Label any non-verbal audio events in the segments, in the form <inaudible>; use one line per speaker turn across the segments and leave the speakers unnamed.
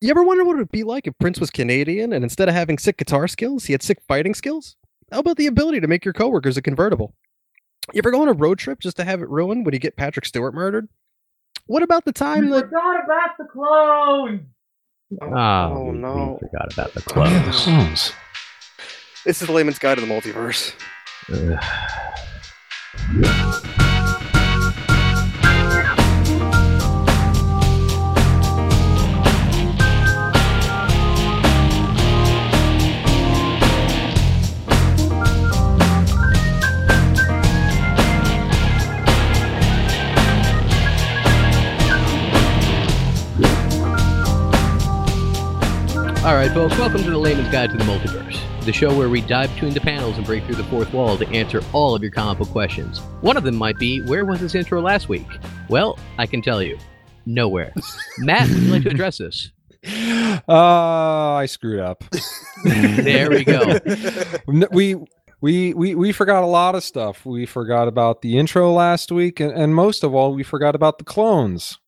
You ever wonder what it would be like if Prince was Canadian and instead of having sick guitar skills, he had sick fighting skills? How about the ability to make your coworkers a convertible? You ever go on a road trip just to have it ruined when you get Patrick Stewart murdered? What about the time
You
that
forgot about the clone.
<laughs>
Oh,
Oh,
oh,
we- we
no.
forgot about the
Oh, yeah, the
clothes.
clones.
<laughs> This is the layman's guide to the multiverse.
All right, folks, welcome to the Layman's Guide to the Multiverse, the show where we dive between the panels and break through the fourth wall to answer all of your comic book questions. One of them might be, where was this intro last week? Well, I can tell you, nowhere. Matt, would you like to address this?
Uh, I screwed up.
There we go.
N- we we we we forgot a lot of stuff. We forgot about the intro last week, and, and most of all, we forgot about the clones.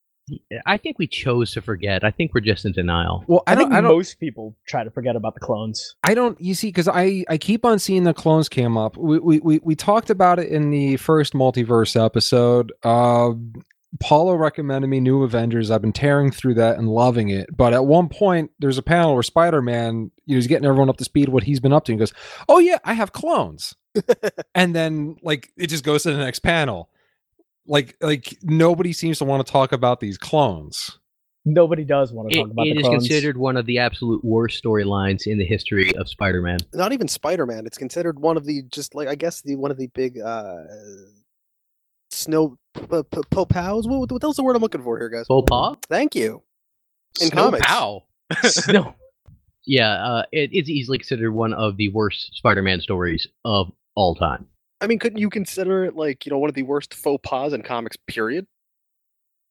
I think we chose to forget. I think we're just in denial.
Well, I,
I,
don't,
think
I don't,
most people try to forget about the clones.
I don't. You see, because I I keep on seeing the clones come up. We we we, we talked about it in the first multiverse episode. Uh, Paulo recommended me New Avengers. I've been tearing through that and loving it. But at one point, there's a panel where Spider Man, you know, he's getting everyone up to speed what he's been up to. And goes, "Oh yeah, I have clones," and then like it just goes to the next panel. Like like nobody seems to want to talk about these clones.
Nobody does want to
It-
talk about
it
the
is
clones. <laughs>
considered one of the absolute worst storylines in the history of Spider-Man.
Not even Spider-Man. It's considered one of the just like I guess the one of the big uh snow p- p- p- pows. What, what the hell's the word I'm looking for here, guys?
Faux pas?
Thank you. In
Snow
comics.
Ow.
no,
Yeah, uh, it, it's easily considered one of the worst Spider-Man stories of all time.
I mean, couldn't you consider it like you know one of the worst faux pas in comics? Period.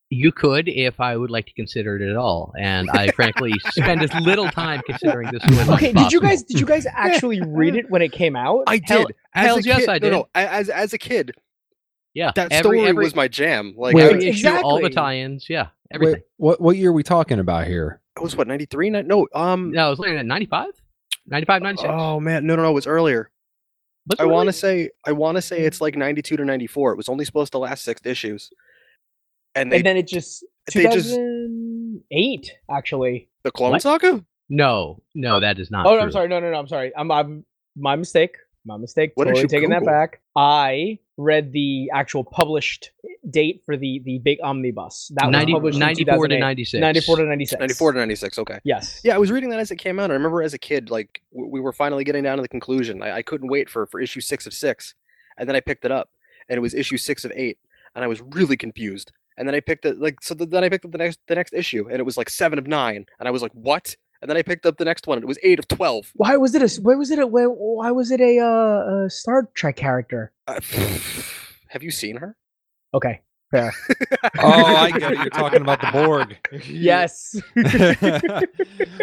You could, if I would like to consider it at all, and I frankly spend as little time considering this. One as
okay. Did you
possible.
guys? Did
<laughs>
you guys actually read it when it came out?
I
Hell-
did. As
hells
a
yes,
kid,
I
No,
did.
no, a- as as a kid,
Yeah,
that
every,
story
every,
was my jam. Like
Wait,
I,
every issue, all the
exactly.
tie-ins. Yeah, everything.
Wait, what what year are we talking about here?
I was what 93? Ni- No, um,
No, I was looking at 95? 95, 96?
oh man, no, no, no, it was earlier.
What's
I
the
want to
release?
say I want to say it's like 92 to 94. It was only supposed to last six issues, and they
and then it just
they just-
2008 actually.
the Clone
What?
Saga.
No, no, that is not.
Oh, no,
true.
I'm sorry. No, no, no. I'm sorry. I'm, I'm my mistake. My mistake.
What did
totally
you
taking that
Google?
back. I read the actual published date for the the big omnibus. That
90,
was published in
94 to
2008.
96.
94 to 96.
94 to 96. Okay.
Yes.
Yeah, I was reading that as it came out. I remember as a kid, like w- we were finally getting down to the conclusion. I, I couldn't wait for for issue six of six, and then I picked it up, and it was issue six of eight, and I was really confused. And then I picked it like so. th- Then I picked up the next the next issue, and it was like seven of nine, and I was like, what? And then I picked up the next one, and it was eight of twelve.
Why was it a? Why was it a? Why, why was it a, uh, a Star Trek character?
Uh, <sighs> have you seen her?
Okay. Fair.
Oh, I get <laughs> it. You're talking about the Borg. <laughs>
yes.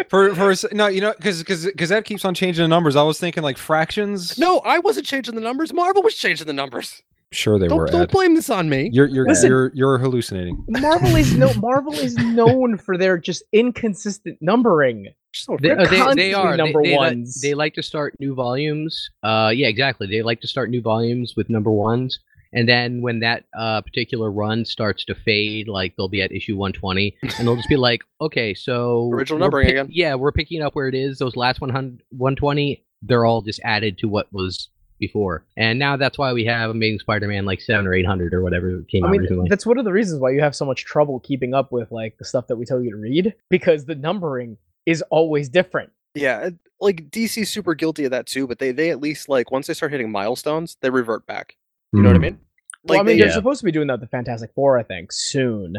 for for a s- no, you know, because because because that keeps on changing the numbers. I was thinking like fractions.
No, I wasn't changing the numbers. Marvel was changing the numbers.
sure they were.
Don't, don't
Ed.
blame this on me.
You're you're
Listen.
you're you're hallucinating.
<laughs> Marvel is no Marvel is known for their just inconsistent numbering.
Just don't
They,
forget
They're
uh, they,
constantly
they are They-
number
they, li-
ones.
They, like to start new volumes. Uh, yeah, exactly. They like to start new volumes with number ones, and then when that uh, particular run starts to fade, like they'll be at issue 120, and they'll just be like, "Okay, so
Original
we're
numbering
pick-
again."
Yeah, we're picking up where it is. Those last 100, 120, they're all just added to what was before, and now that's why we have Amazing Spider-Man like seven or eight hundred or whatever came
I
out
mean,
recently.
that's one of the reasons why you have so much trouble keeping up with like the stuff that we tell you to read because the numbering is always different.
Yeah, it- like DC's super guilty of that too, but they they at least like once they start hitting milestones, they revert back. You know what I mean?
Well, I mean,
they-
they're
Yeah.
supposed to be doing that with the Fantastic Four, I think, soon.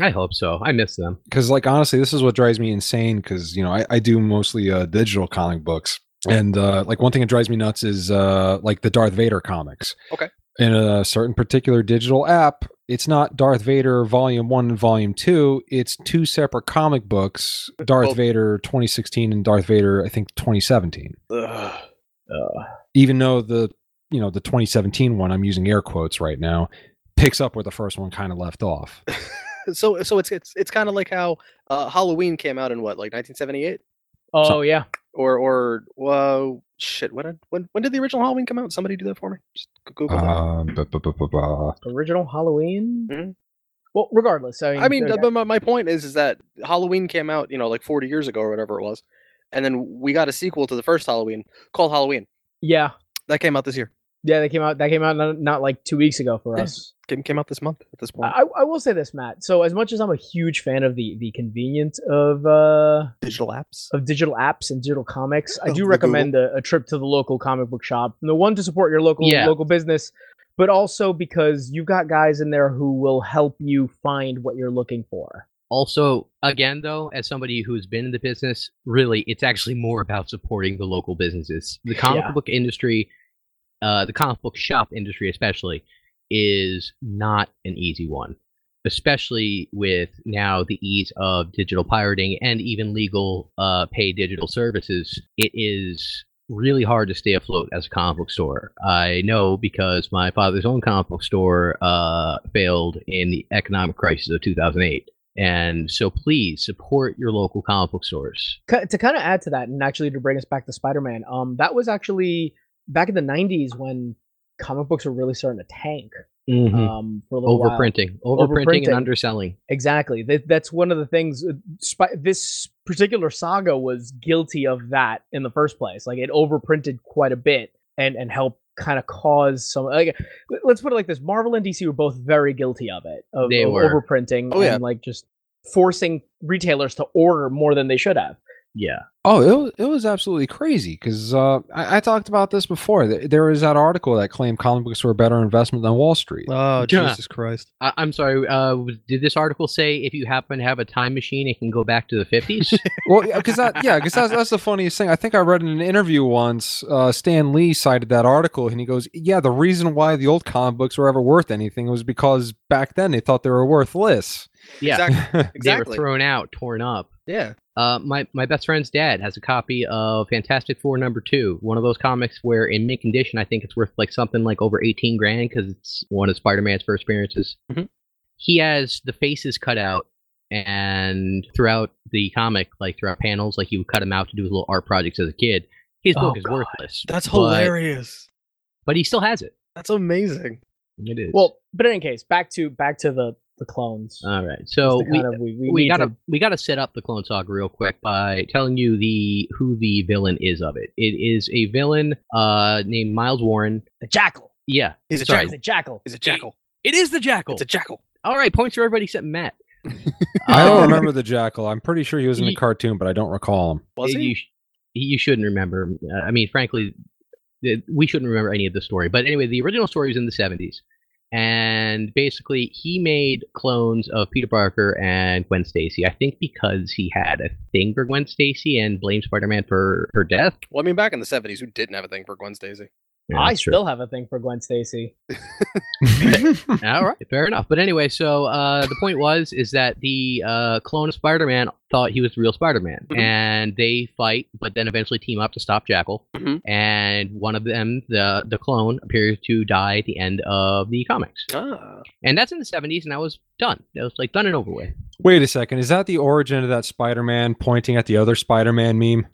I hope so. I miss them.
Because like honestly, this is what drives me insane. Because you know, I, I do mostly uh, digital comic books, and uh, like one thing that drives me nuts is uh, like the Darth Vader comics.
Okay.
In a certain particular digital app, it's not Darth Vader Volume One and Volume Two. It's two separate comic books: Darth
Well-
Vader 2016 and Darth Vader, I think 2017.
Ugh.
Uh,
Even though the you know the 2017 one, I'm using air quotes right now, picks up where the first one kind of left off.
<laughs> so so it's it's it's kind of like how uh, Halloween came out in what like 1978
Oh yeah,
or or whoa shit when did- when when did the original Halloween come out? Somebody do that for me. Just go- Google that.
Um, ba- ba- ba- ba- ba.
original Halloween.
Hmm?
Mhm.
Well, regardless, I mean,
I mean,
there-
but my, my point is is that Halloween came out you know like 40 years ago or whatever it was, and then we got a sequel to the first Halloween called Halloween
yeah,
that came out this year.
yeah, they came out. That came out not, not like two weeks ago
<laughs>
for
Yeah.
us.
Came came out this month at this point.
I, I will say this, Matt. So as much as I'm a huge fan of the the convenience of uh
Digital apps.
of digital apps and digital comics, I
Of
do
the
recommend a, a trip to the local comic book shop. The one to support your local
Yeah.
local business, but also because you've got guys in there who will help you find what you're looking for.
Also, again, though, as somebody who's been in the business, really, it's actually more about supporting the local businesses. The comic
Yeah.
book industry, uh, the comic book shop industry, especially, is not an easy one, especially with now the ease of digital pirating and even legal uh, pay digital services. It is really hard to stay afloat as a comic book store. I know because my father's own comic book store uh, failed in the economic crisis of 2008. And so please support your local comic book stores.
Ki- to kind of add to that, and actually to bring us back to Spider-Man, um, that was actually back in the '90s when comic books were really starting to tank
Mm-hmm.
um, for a little while.
Uh, Overprinting, overprinting,
Overprinting.
and underselling.
Exactly. That, that's one of the things. uh, Spi- this particular saga was guilty of that in the first place. Like it overprinted quite a bit and and helped kind of cause some. Like, let- let's put it like this: Marvel and DC were both very guilty of it, of,
They
of
were.
overprinting
Oh, yeah.
and like just forcing retailers to order more than they should have.
Yeah.
Oh, it was, it was absolutely crazy because uh, I, I talked about this before. Th- There was that article that claimed comic books were a better investment than Wall Street.
<laughs> Oh
Yeah.
Jesus Christ!
I- I'm sorry. Uh, w- did this article say if you happen to have a time machine, it can go back to the 50s?
well, because that, yeah, because that's, that's the funniest thing. I think I read in an interview once, uh, Stan Lee cited that article, and he goes, "Yeah, the reason why the old comic books were ever worth anything was because back then they thought they were worthless."
yeah.
Exactly.
<laughs>
They were
Exactly.
thrown out, torn up.
Yeah.
Uh, my my best friend's dad has a copy of Fantastic Four number two, one of those comics where in mint condition I think it's worth like something like over eighteen grand because it's one of Spider Man's first appearances.
Mm-hmm.
Mhm.
He has the faces cut out, and throughout the comic, like throughout panels, like he would cut them out to do his little art projects as a kid. His
Oh,
book is
God.
worthless.
That's
but-
hilarious.
but he still has it.
That's amazing.
It is
Well, but in any case, back to back to the the clones.
Uh,
All right,
Just
so
to
we,
kind of- we, we,
we
need
gotta
to-
we gotta set up the clone saga real quick by telling you the who the villain is of it. It is a villain uh named Miles Warren.
the jackal.
Yeah,
He's a
sorry.
He's
jackal.
a jackal.
He's a jackal.
It is the jackal.
It's a jackal.
All right, points for everybody except Matt.
I
Um,
don't remember the jackal. I'm pretty sure he was in
Ye-
a cartoon, but I don't recall him.
Was
you,
he?
sh- you shouldn't remember. Uh, I mean, frankly, th- we shouldn't remember any of the story. But anyway, the original story was in the 70s. And basically, he made clones of Peter Parker and Gwen Stacy. I think because he had a thing for Gwen Stacy and blamed Spider Man for her death.
Well, I mean, back in the '70s, who didn't have a thing for Gwen Stacy?
I still have a thing for Gwen Stacy.
<laughs>
All right, fair enough. But anyway, so uh, the point was is that the uh, clone of Spider-Man thought he was the real Spider-Man,
Mhm.
and they fight, but then eventually team up to stop Jackal.
Mhm.
And one of them, the the clone, appears to die at the end of the comics,
Ah,
and that's in the '70s, and that was done. That was like done and over with.
Wait a second. Is that the origin of that Spider-Man pointing at the other Spider-Man meme?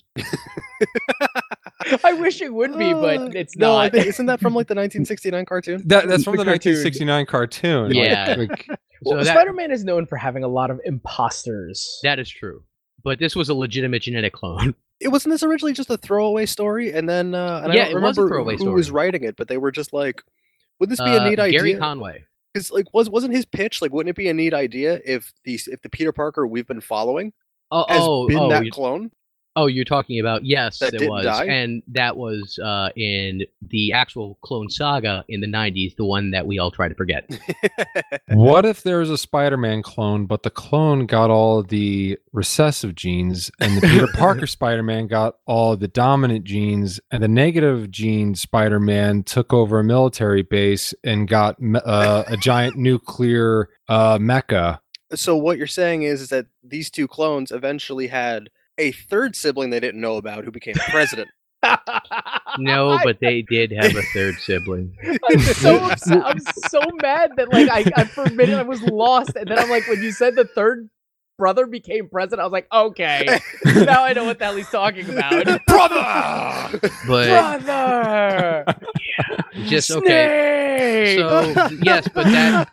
I wish it would be,
Uh,
but it's
no. I
not.
think, isn't that from <laughs> like the 1969 cartoon?
That, that's from
The
the,
cartoon.
1969 cartoon.
<laughs>
Like,
Yeah.
like,
Well,
So that-
Spider-Man is known for having a lot of imposters. <laughs>
That is true, but this was a legitimate genetic clone.
It wasn't this originally just a throwaway story, and then uh, and I
Yeah,
don't
it was a
remember
throwaway
who was
story.
writing it, but they were just like, would this be
Uh,
a neat
Gary
idea?
Conway.
Because like, was wasn't his pitch like, wouldn't it be a neat idea if the if the Peter Parker we've been following
Oh,
has
oh,
been
oh,
that
you-
clone? <laughs>
Oh, you're talking about yes,
That
there
didn't
was,
die?
and that was uh, in the actual Clone Saga in the '90s, the one that we all try
<laughs>
to forget.
what if there was a Spider-Man clone, but the clone got all the recessive genes, and the
<laughs>
Peter Parker Spider-Man got all the dominant genes, and the negative gene Spider-Man took over a military base and got me- uh, a
<laughs>
giant nuclear uh, mecha.
so what you're saying is, is that these two clones eventually had a third sibling they didn't know about who became president.
No,
<laughs>
but they did have a third sibling. <laughs>
I'm so upset. I'm so mad that like I, I for a minute I was lost, and then I'm like, when you said the third brother became president, I was like,
<laughs>
okay,
<laughs>
now I know what the hell he's talking about.
Brother!
But <laughs>
Brother,
just okay. So yes, but that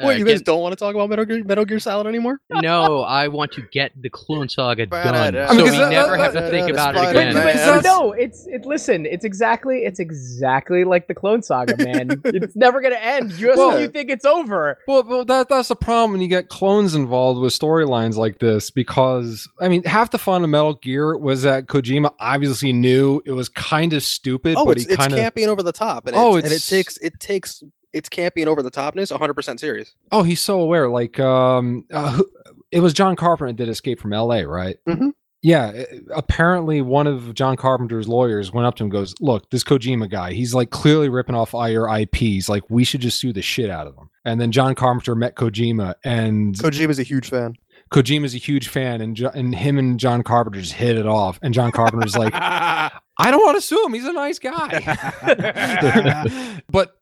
Wait, you guys
get-
don't want to talk about Metal Gear, Metal Gear Solid anymore?
no, I want to get the Clone Saga done,
Ba-da-da.
I mean,
so we
'cause that-
never
that-
have to think
that-
about it
that's
But,
fine.
again.
but
man.
so no, it's it. Listen, it's exactly it's exactly like the Clone Saga, man. it's never gonna end. You
Well-
you think it's over?
Well, well, that that's the problem when you get clones involved with storylines like this because I mean, half the fun of Metal Gear was that Kojima obviously knew it was kind of stupid,
Oh,
but
it's,
he
it's
kind of
campy and over the top, and,
Oh,
it's, and it
it's-
takes it takes it's campy and over the topness 100 percent serious.
oh, he's so aware. Like, um, uh, who- it was John Carpenter that did Escape from L.A., right?
Mhm.
Yeah, uh, apparently one of John Carpenter's lawyers went up to him and goes, "Look, this Kojima guy, he's like clearly ripping off all your IPs. Like, we should just sue the shit out of him." And then John Carpenter met Kojima and
Kojima's a huge fan.
Kojima's a huge fan, and Jo- and him and John Carpenter just hit it off. And John Carpenter's like, I don't want to sue him. He's a nice guy. but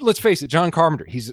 let's face it, John Carpenter, he's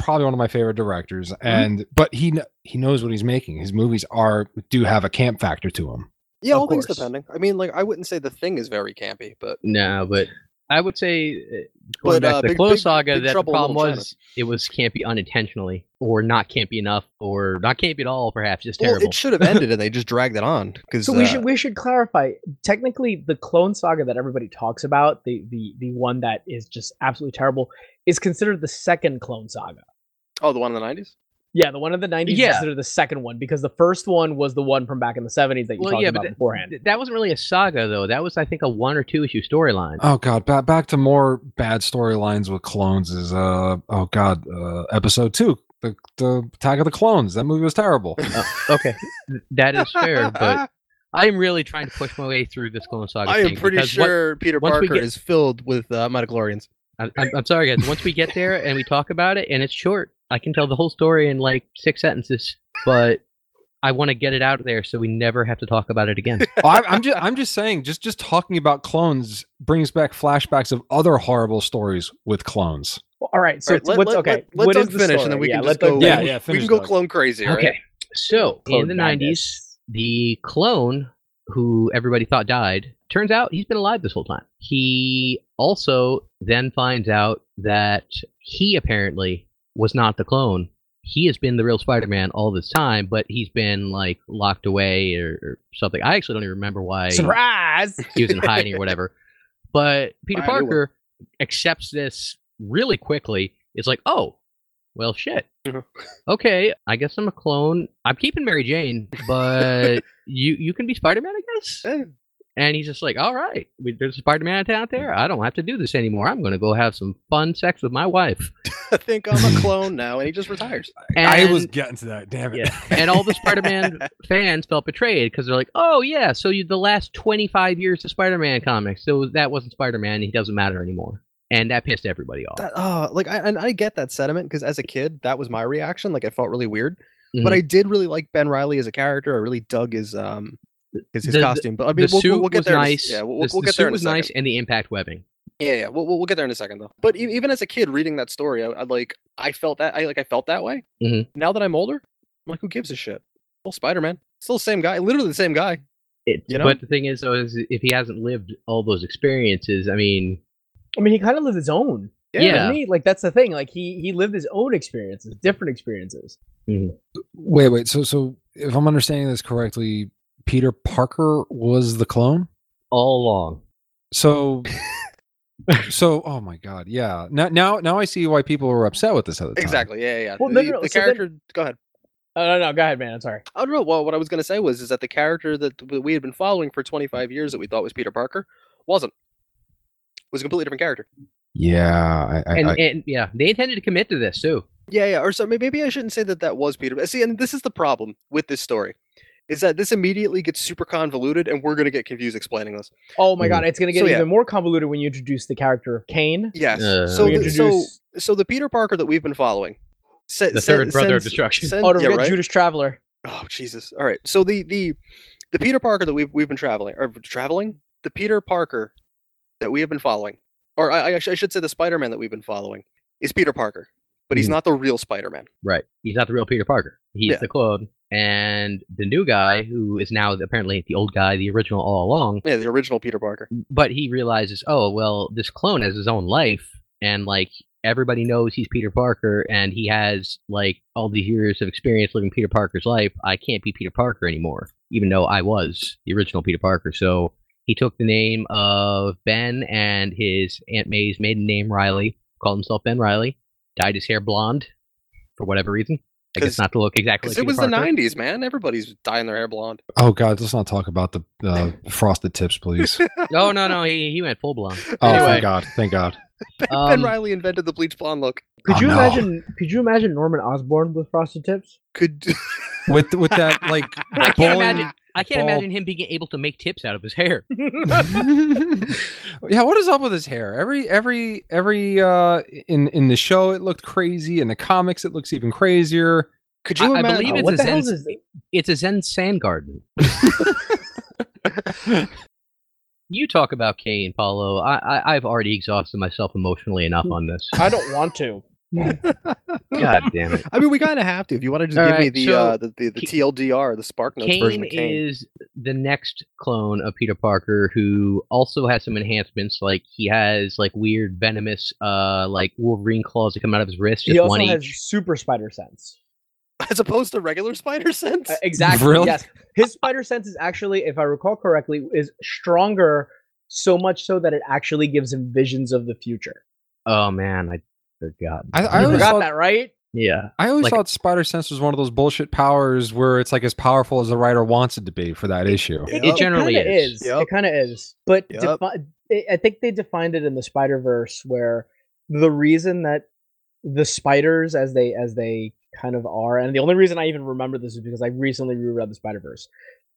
probably one of my favorite directors, and but he kn- he knows what he's making. His movies are do have a camp factor to them.
Yeah,
Of
all things
course.
depending. I mean, like I wouldn't say the thing is very campy, but
No, but I would say uh,
But,
going back
uh,
to the
Big-
Clone
Big-
Saga,
Big
that the
Trouble in
problem
Little China.
was it was campy unintentionally, or not campy enough, or not campy at all, perhaps just
well,
terrible.
it should have ended, and they just dragged it on uh, because
So we should we should clarify. Technically, the Clone Saga that everybody talks about, the the the one that is just absolutely terrible, is considered the second Clone Saga.
oh, the one in the 90s.
Yeah, the one in the nineties
Yeah.
is considered the second one because the first one was the one from back in the seventies that you
Well,
talked
yeah, but
about
th-
beforehand.
Th- That wasn't really a saga though. That was, I think, a one or two issue storyline.
<laughs>
Oh god, back back to more bad storylines with clones is uh oh god, uh, episode two, the the Attack of the Clones. That movie was terrible.
okay, Th- that is
<laughs>
fair, but I am really trying to push my way through this Clone Saga.
I am
thing,
pretty
because what-
sure Peter
once we
Parker
get-
is filled with uh, midichlorians.
I- I'm, I'm sorry, guys. Once we get there and we talk about it, and it's short, I can tell the whole story in like six sentences. But I want to get it out there so we never have to talk about it again.
Oh, I, I'm just I'm just saying, just just talking about clones brings back flashbacks of other horrible stories with clones.
Well, all right, so
All right,
it's- what's okay?
Let,
what
let
is
Doug
the
finish,
story?
and then we
Yeah,
can
let
just
Doug
go.
finish. Oh,
Yeah, yeah,
we
finish,
can go
Doug.
clone crazy. right?
Okay. So in
Clone
the
madness.
90s, the clone who everybody thought died turns out he's been alive this whole time. He also then finds out that he apparently was not the clone. He has been the real Spider-Man all this time, but he's been like locked away or, or something. I actually don't even remember why
Surprise!
he was in hiding or whatever. But Peter
Buy a new one.
Parker accepts this really quickly. It's like, oh, well, shit.
Mhm.
Okay, I guess I'm a clone. I'm keeping Mary Jane, but you you can be Spider Man, I guess.
Eh,
And he's just like, all right, we, there's a Spider Man out there. I don't have to do this anymore. I'm going to go have some fun sex with my wife.
<laughs> I think I'm a clone now, and he just retires.
And,
getting to that. Damn <laughs>
Yeah. and all the
<laughs>
Spider Man fans felt betrayed because they're like, oh, yeah, so you, the last 25 years of Spider Man comics, so that wasn't Spider Man, he doesn't matter anymore. And that pissed everybody off.
That, oh, like I, and I get that sentiment because as a kid, that was my reaction. Like it felt really weird,
Mhm.
but I did really like Ben Riley as a character. I really dug his um his, his
The- the-
costume. But I mean,
the
we'll,
suit
we'll, we'll get
was
there. in a s-
nice.
Yeah, we'll,
the,
we'll, we'll
the
get
suit
there. In a
was
second.
nice, and the impact webbing.
Yeah, yeah. We'll, we'll we'll get there in a second though. But e- even as a kid reading that story, I, I like I felt that I like I felt that way.
Mhm.
Now that I'm older, I'm like, who gives a shit? Still Spider Man, still the same guy, literally the same guy.
It,
You know?
But the thing is, though, is if he hasn't lived all those experiences, I mean,
I mean, he kind of lived his own.
Yeah.
doesn't he? like that's the thing. Like he he lived his own experiences, different experiences.
Wait, wait. So, so if I'm understanding this correctly, Peter Parker was the clone.
all along. <laughs>
So, so oh my god, yeah. Now, now, now I see why people were upset with this at the time.
Exactly. Yeah, yeah. yeah.
Well, no,
the
no, no,
the
so then-
character. Go ahead.
Oh no, no, go ahead, man. I'm sorry.
I don't know. Well, what I was going to say was is that the character that th- we had been following for 25 years that we thought was Peter Parker wasn't. Was a completely different character.
Yeah, I, I,
And,
I-
and yeah, they intended to commit to this, too.
Yeah, yeah. Or so may- maybe I shouldn't say that that was Peter. See, and this is the problem with this story, is that this immediately gets super convoluted, and we're going to get confused explaining this.
Oh my god, it's gonna get
Mm. So, yeah.
even more convoluted when you introduce the character of Kane.
Yes.
Uh,
so,
we
the, so,
introduce-
so the Peter Parker that we've been following, se-
The
sen-
third brother of
sends-
destruction.
send-
Oh, don't
yeah,
forget
right?
Judas Traveler.
Oh Jesus! All right. So the the the Peter Parker that we've we've been traveling or traveling the Peter Parker that we have been following, or I, I sh- I should say the Spider Man that we've been following, is Peter Parker, but he's
Mhm.
not the real Spider Man.
Right. He's not the real Peter Parker. He's
Yeah.
the clone. And the new guy, who is now apparently the old guy, the original all along,
Yeah, the original Peter Parker.
but he realizes, oh, well, this clone has his own life. And, like, everybody knows he's Peter Parker and he has, like, all these years of experience living Peter Parker's life. I can't be Peter Parker anymore, even though I was the original Peter Parker. So he took the name of Ben and his Aunt May's maiden name, Riley, called himself Ben Riley, dyed his hair blonde for whatever reason. I
'Cause-
guess not to look exactly
Because
like
it
Peter
was
Parker.
the '90s, man. Everybody's dyeing their hair blonde.
Oh God, let's not talk about the
<laughs>
uh, frosted tips, please.
<laughs>
No, no, no. He, he went full blonde.
Oh,
Anyway.
thank God, thank God.
Ben, Ben
Um,
Riley invented the bleach blonde look.
Could
Oh,
you
no.
imagine? Could you imagine Norman Osborn with frosted tips?
Could
With with that like,
I can't
bowling-
imagine. I can't
bald-
imagine him being able to make tips out of his hair.
<laughs> yeah, what is up with his hair? Every every every uh in in the show it looked crazy. In the comics it looks even crazier.
could
I-
you
I
imagine?
believe
Uh,
it's
what
a
the hell
Zen-
is this?
It's a Zen sand garden. you talk about Kay and Paulo. I, I, I've already exhausted myself emotionally enough on this.
<laughs> I don't
<laughs>
want to.
God damn it.
<laughs> I mean, we kind of have to. If you want to just
All
give me
right,
the,
so
uh, the the the
Ca-
TLDR, the Spark Notes version
Kane
of Kane.
is the next clone of Peter Parker who also has some enhancements. Like he has like weird venomous, uh, like Wolverine claws that come out of his wrist.
He
just
also
one
has
each.
super spider sense.
<laughs> as opposed to regular spider sense.
Uh, exactly.
Really?
Yes. His spider sense is actually, if I recall correctly, is stronger. So much so that it actually gives him visions of the future.
Oh man, I forgot.
I, I
You
always
forgot
thought,
that, right?
yeah.
I always
like-
thought Spider Sense was one of those bullshit powers where it's like as powerful as the writer wants it to be for that issue.
it-
It generally
kinda
is.
Yep.
It kind of is. But
Yep.
defi- I- I think they defined it in the Spider Verse where the reason that the spiders, as they as they kind of are, and the only reason I even remember this is because I recently reread the Spider Verse.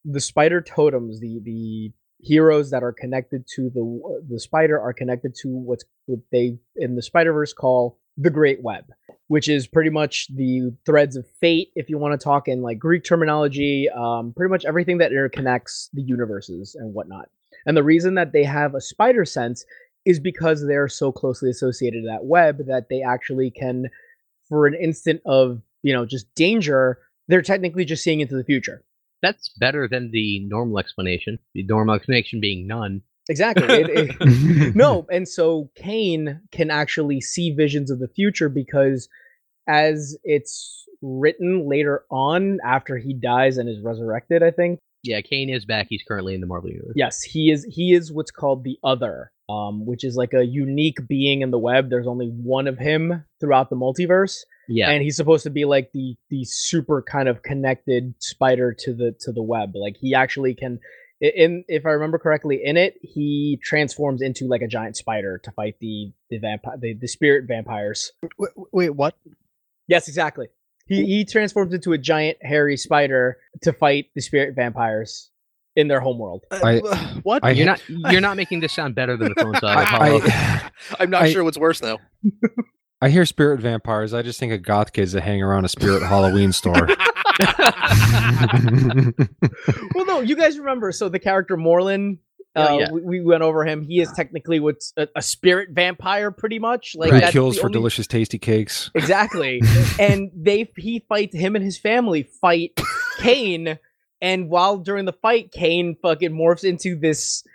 The spider totems, the the heroes that are connected to the the spider are connected to what's what they in the Spider Verse call the Great Web which is pretty much the threads of fate, if you want to talk in like Greek terminology, um, pretty much everything that interconnects the universes and whatnot. And the reason that they have a spider sense is because they're so closely associated to that web that they actually can, for an instant of, you know, just danger, they're technically just seeing into the future.
That's better than the normal explanation. The normal explanation being none.
Exactly. It-
<laughs>
it- no, and so Kane can actually see visions of the future because as it's written later on after he dies and is resurrected, I think.
Yeah, Kane is back. He's currently in the Marvel universe.
Yes, he is he is what's called the other, um, which is like a unique being in the web. There's only one of him throughout the multiverse.
Yeah.
And he's supposed to be like the the super kind of connected spider to the to the web. Like he actually can i- in if I remember correctly in it, he transforms into like a giant spider to fight the the vampire the, the spirit vampires.
Uh, Wait, wait, what?
Yes, exactly. He he transforms into a giant hairy spider to fight the spirit vampires in their homeworld.
I-
<sighs> what?
I-
you're not you're not making this sound better than the phone saga. Paulo.
I,
I'm not
I-
sure what's worse now.
<sighs> I hear spirit vampires. I just think of goth kids that hang around a spirit Halloween store. <laughs>
well, no, you guys remember. So the character Morlin, uh,
Oh, yeah.
we, we went over him. He is technically what's a, a spirit vampire, pretty much. Like
Who
that's
kills
the
for
only-
delicious tasty cakes? <laughs>
Exactly, and they he fights him and his family fight Kane, and while during the fight, Kane fucking morphs into this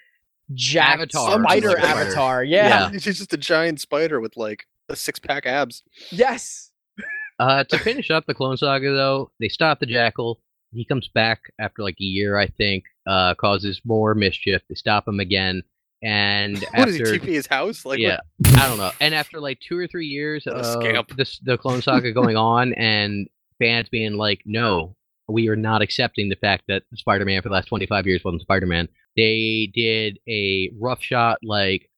jacked
Avatar,
something
spider
like that.
avatar. Yeah.
It's just a giant spider with like a six pack abs.
Yes.
uh, to finish up the clone saga, though, they stop the jackal. He comes back after like a year, I think. Uh, causes more mischief. They stop him again, and
What
after
is he? TP his house? Like,
yeah,
what-
I don't know. And after like two or three years
What a
of
scamp.
this, the Clone Saga going on, and fans being like, "No, we are not accepting the fact that Spider-Man for the last 25 years wasn't Spider-Man." They did a rough shot, like,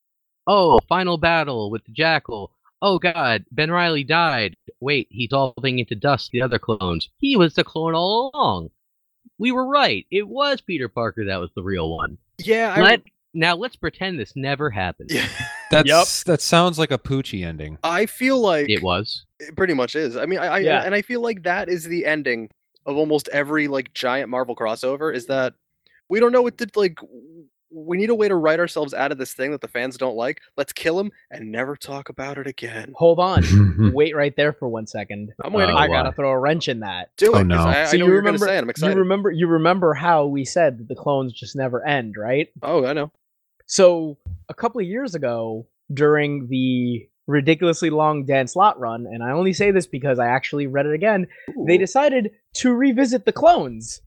"Oh, final battle with the Jackal." Oh God, Ben Riley died. Wait, he's evolving into dust. The other clones. He was the clone all along. We were right. It was Peter Parker that was the real one.
yeah, I,
Let, now let's pretend this never happened.
yeah,
That's that sounds like a Poochie ending.
I feel like
It was.
it pretty much is. I mean, I, I
Yeah.
and I feel like that is the ending of almost every like giant Marvel crossover. Is that we don't know what the like we need a way to write ourselves out of this thing that the fans don't like. Let's kill him and never talk about it again.
<laughs>
Hold on. Wait right there for one second.
I'm waiting.
I
Oh,
gotta
wow.
throw a wrench in that.
Do
Oh,
it. 'cause
no.
I, I
So
know
you
what you're gonna
remember-
say, and I'm
You
excited.
remember you remember how we said that the clones just never end, right?
oh, I know.
So a couple of years ago, during the ridiculously long Dan Slot run, and I only say this because I actually read it again, they decided to revisit the clones.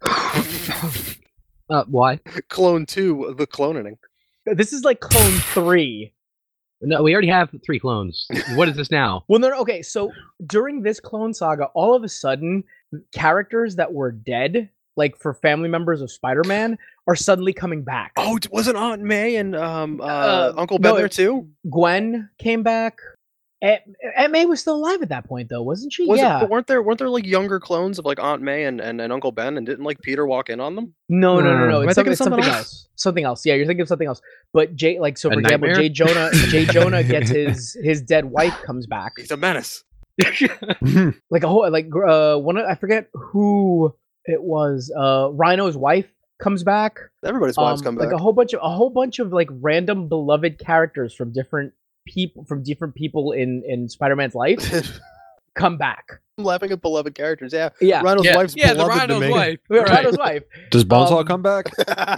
Uh, why?
Clone two, the cloning.
This is like clone three.
No, we already have three clones. What is this <laughs> now?
Well, no, no, okay. So during this clone saga, all of a sudden, characters that were dead, like for family members of Spider-Man, are suddenly coming back.
Oh, d- wasn't Aunt May and um uh,
Uh,
Uncle Ben
no,
there
it-
too?
Gwen came back. Aunt, Aunt May was still alive at that point, though, wasn't she?
Was
yeah.
it, but weren't there weren't there like younger clones of like Aunt May and, and, and Uncle Ben and didn't like Peter walk in on them?
No, no,
No,
no, no.
Um, am I
It's, some,
thinking of
it's something
something
else?
else?
Something else. Yeah, you're thinking of something else. But Jay, like, so
A
for example,
nightmare?
Jay Jonah,
<laughs>
Jay Jonah gets his his dead wife comes back.
He's a menace.
Mm-hmm.
Like a whole, like gr- uh, one of, I forget who it was. Uh, Rhino's wife comes back.
Everybody's wives
um,
come
Like
back.
a whole bunch of a whole bunch of like random beloved characters from different people from different people in in Spider-Man's life
<laughs>
come back.
I'm laughing at beloved characters. <laughs> Yeah,
Yeah,
Rhino's wife's beloved to me.
Rhino's
Right.
wife.
Does Bonesaw
Um,
come <laughs> back?
Uh,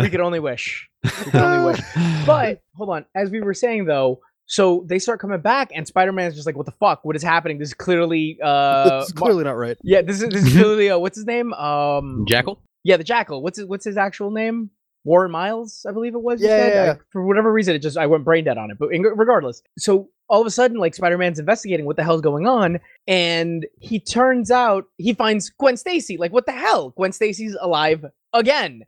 We could only wish. We could only wish. But hold on, as we were saying though, so they start coming back, and Spider Man's just like, "What the fuck? What is happening? This is clearly, uh,
it's
Mar-
clearly not right.
yeah, this is
<laughs>
this is clearly uh, what's his name? Um,
Jackal?
yeah, the Jackal. What's his, what's his actual name? Warren Miles, I believe it was. you
Yeah,
said?
yeah,
I-
yeah.
for whatever reason, it just I went brain dead on it. But in, regardless, so all of a sudden, like Spider Man's investigating what the hell's going on, and he turns out he finds Gwen Stacy. Like, what the hell? Gwen Stacy's alive again.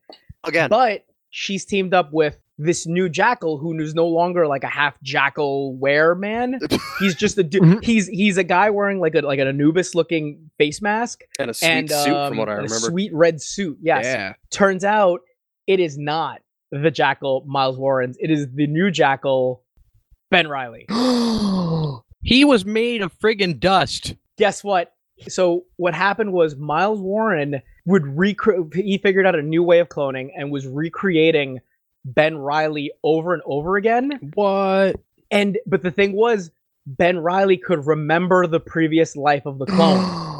Again,
But she's teamed up with this new jackal who is no longer like a half jackal
<laughs>
wear man. He's just a dude.
Mhm.
he's he's a guy wearing like a like an Anubis looking face mask
and a sweet
and
suit
um,
from what I
a
remember.
sweet red suit. Yes. Turns out it is not the jackal Miles Warren's. It is the new jackal Ben Riley.
<gasps> he was made of friggin' dust.
guess what? So what happened was Miles Warren would recreate. He figured out a new way of cloning and was recreating Ben Riley over and over again.
What?
And but the thing was, Ben Riley could remember the previous
<gasps>
life of the clone.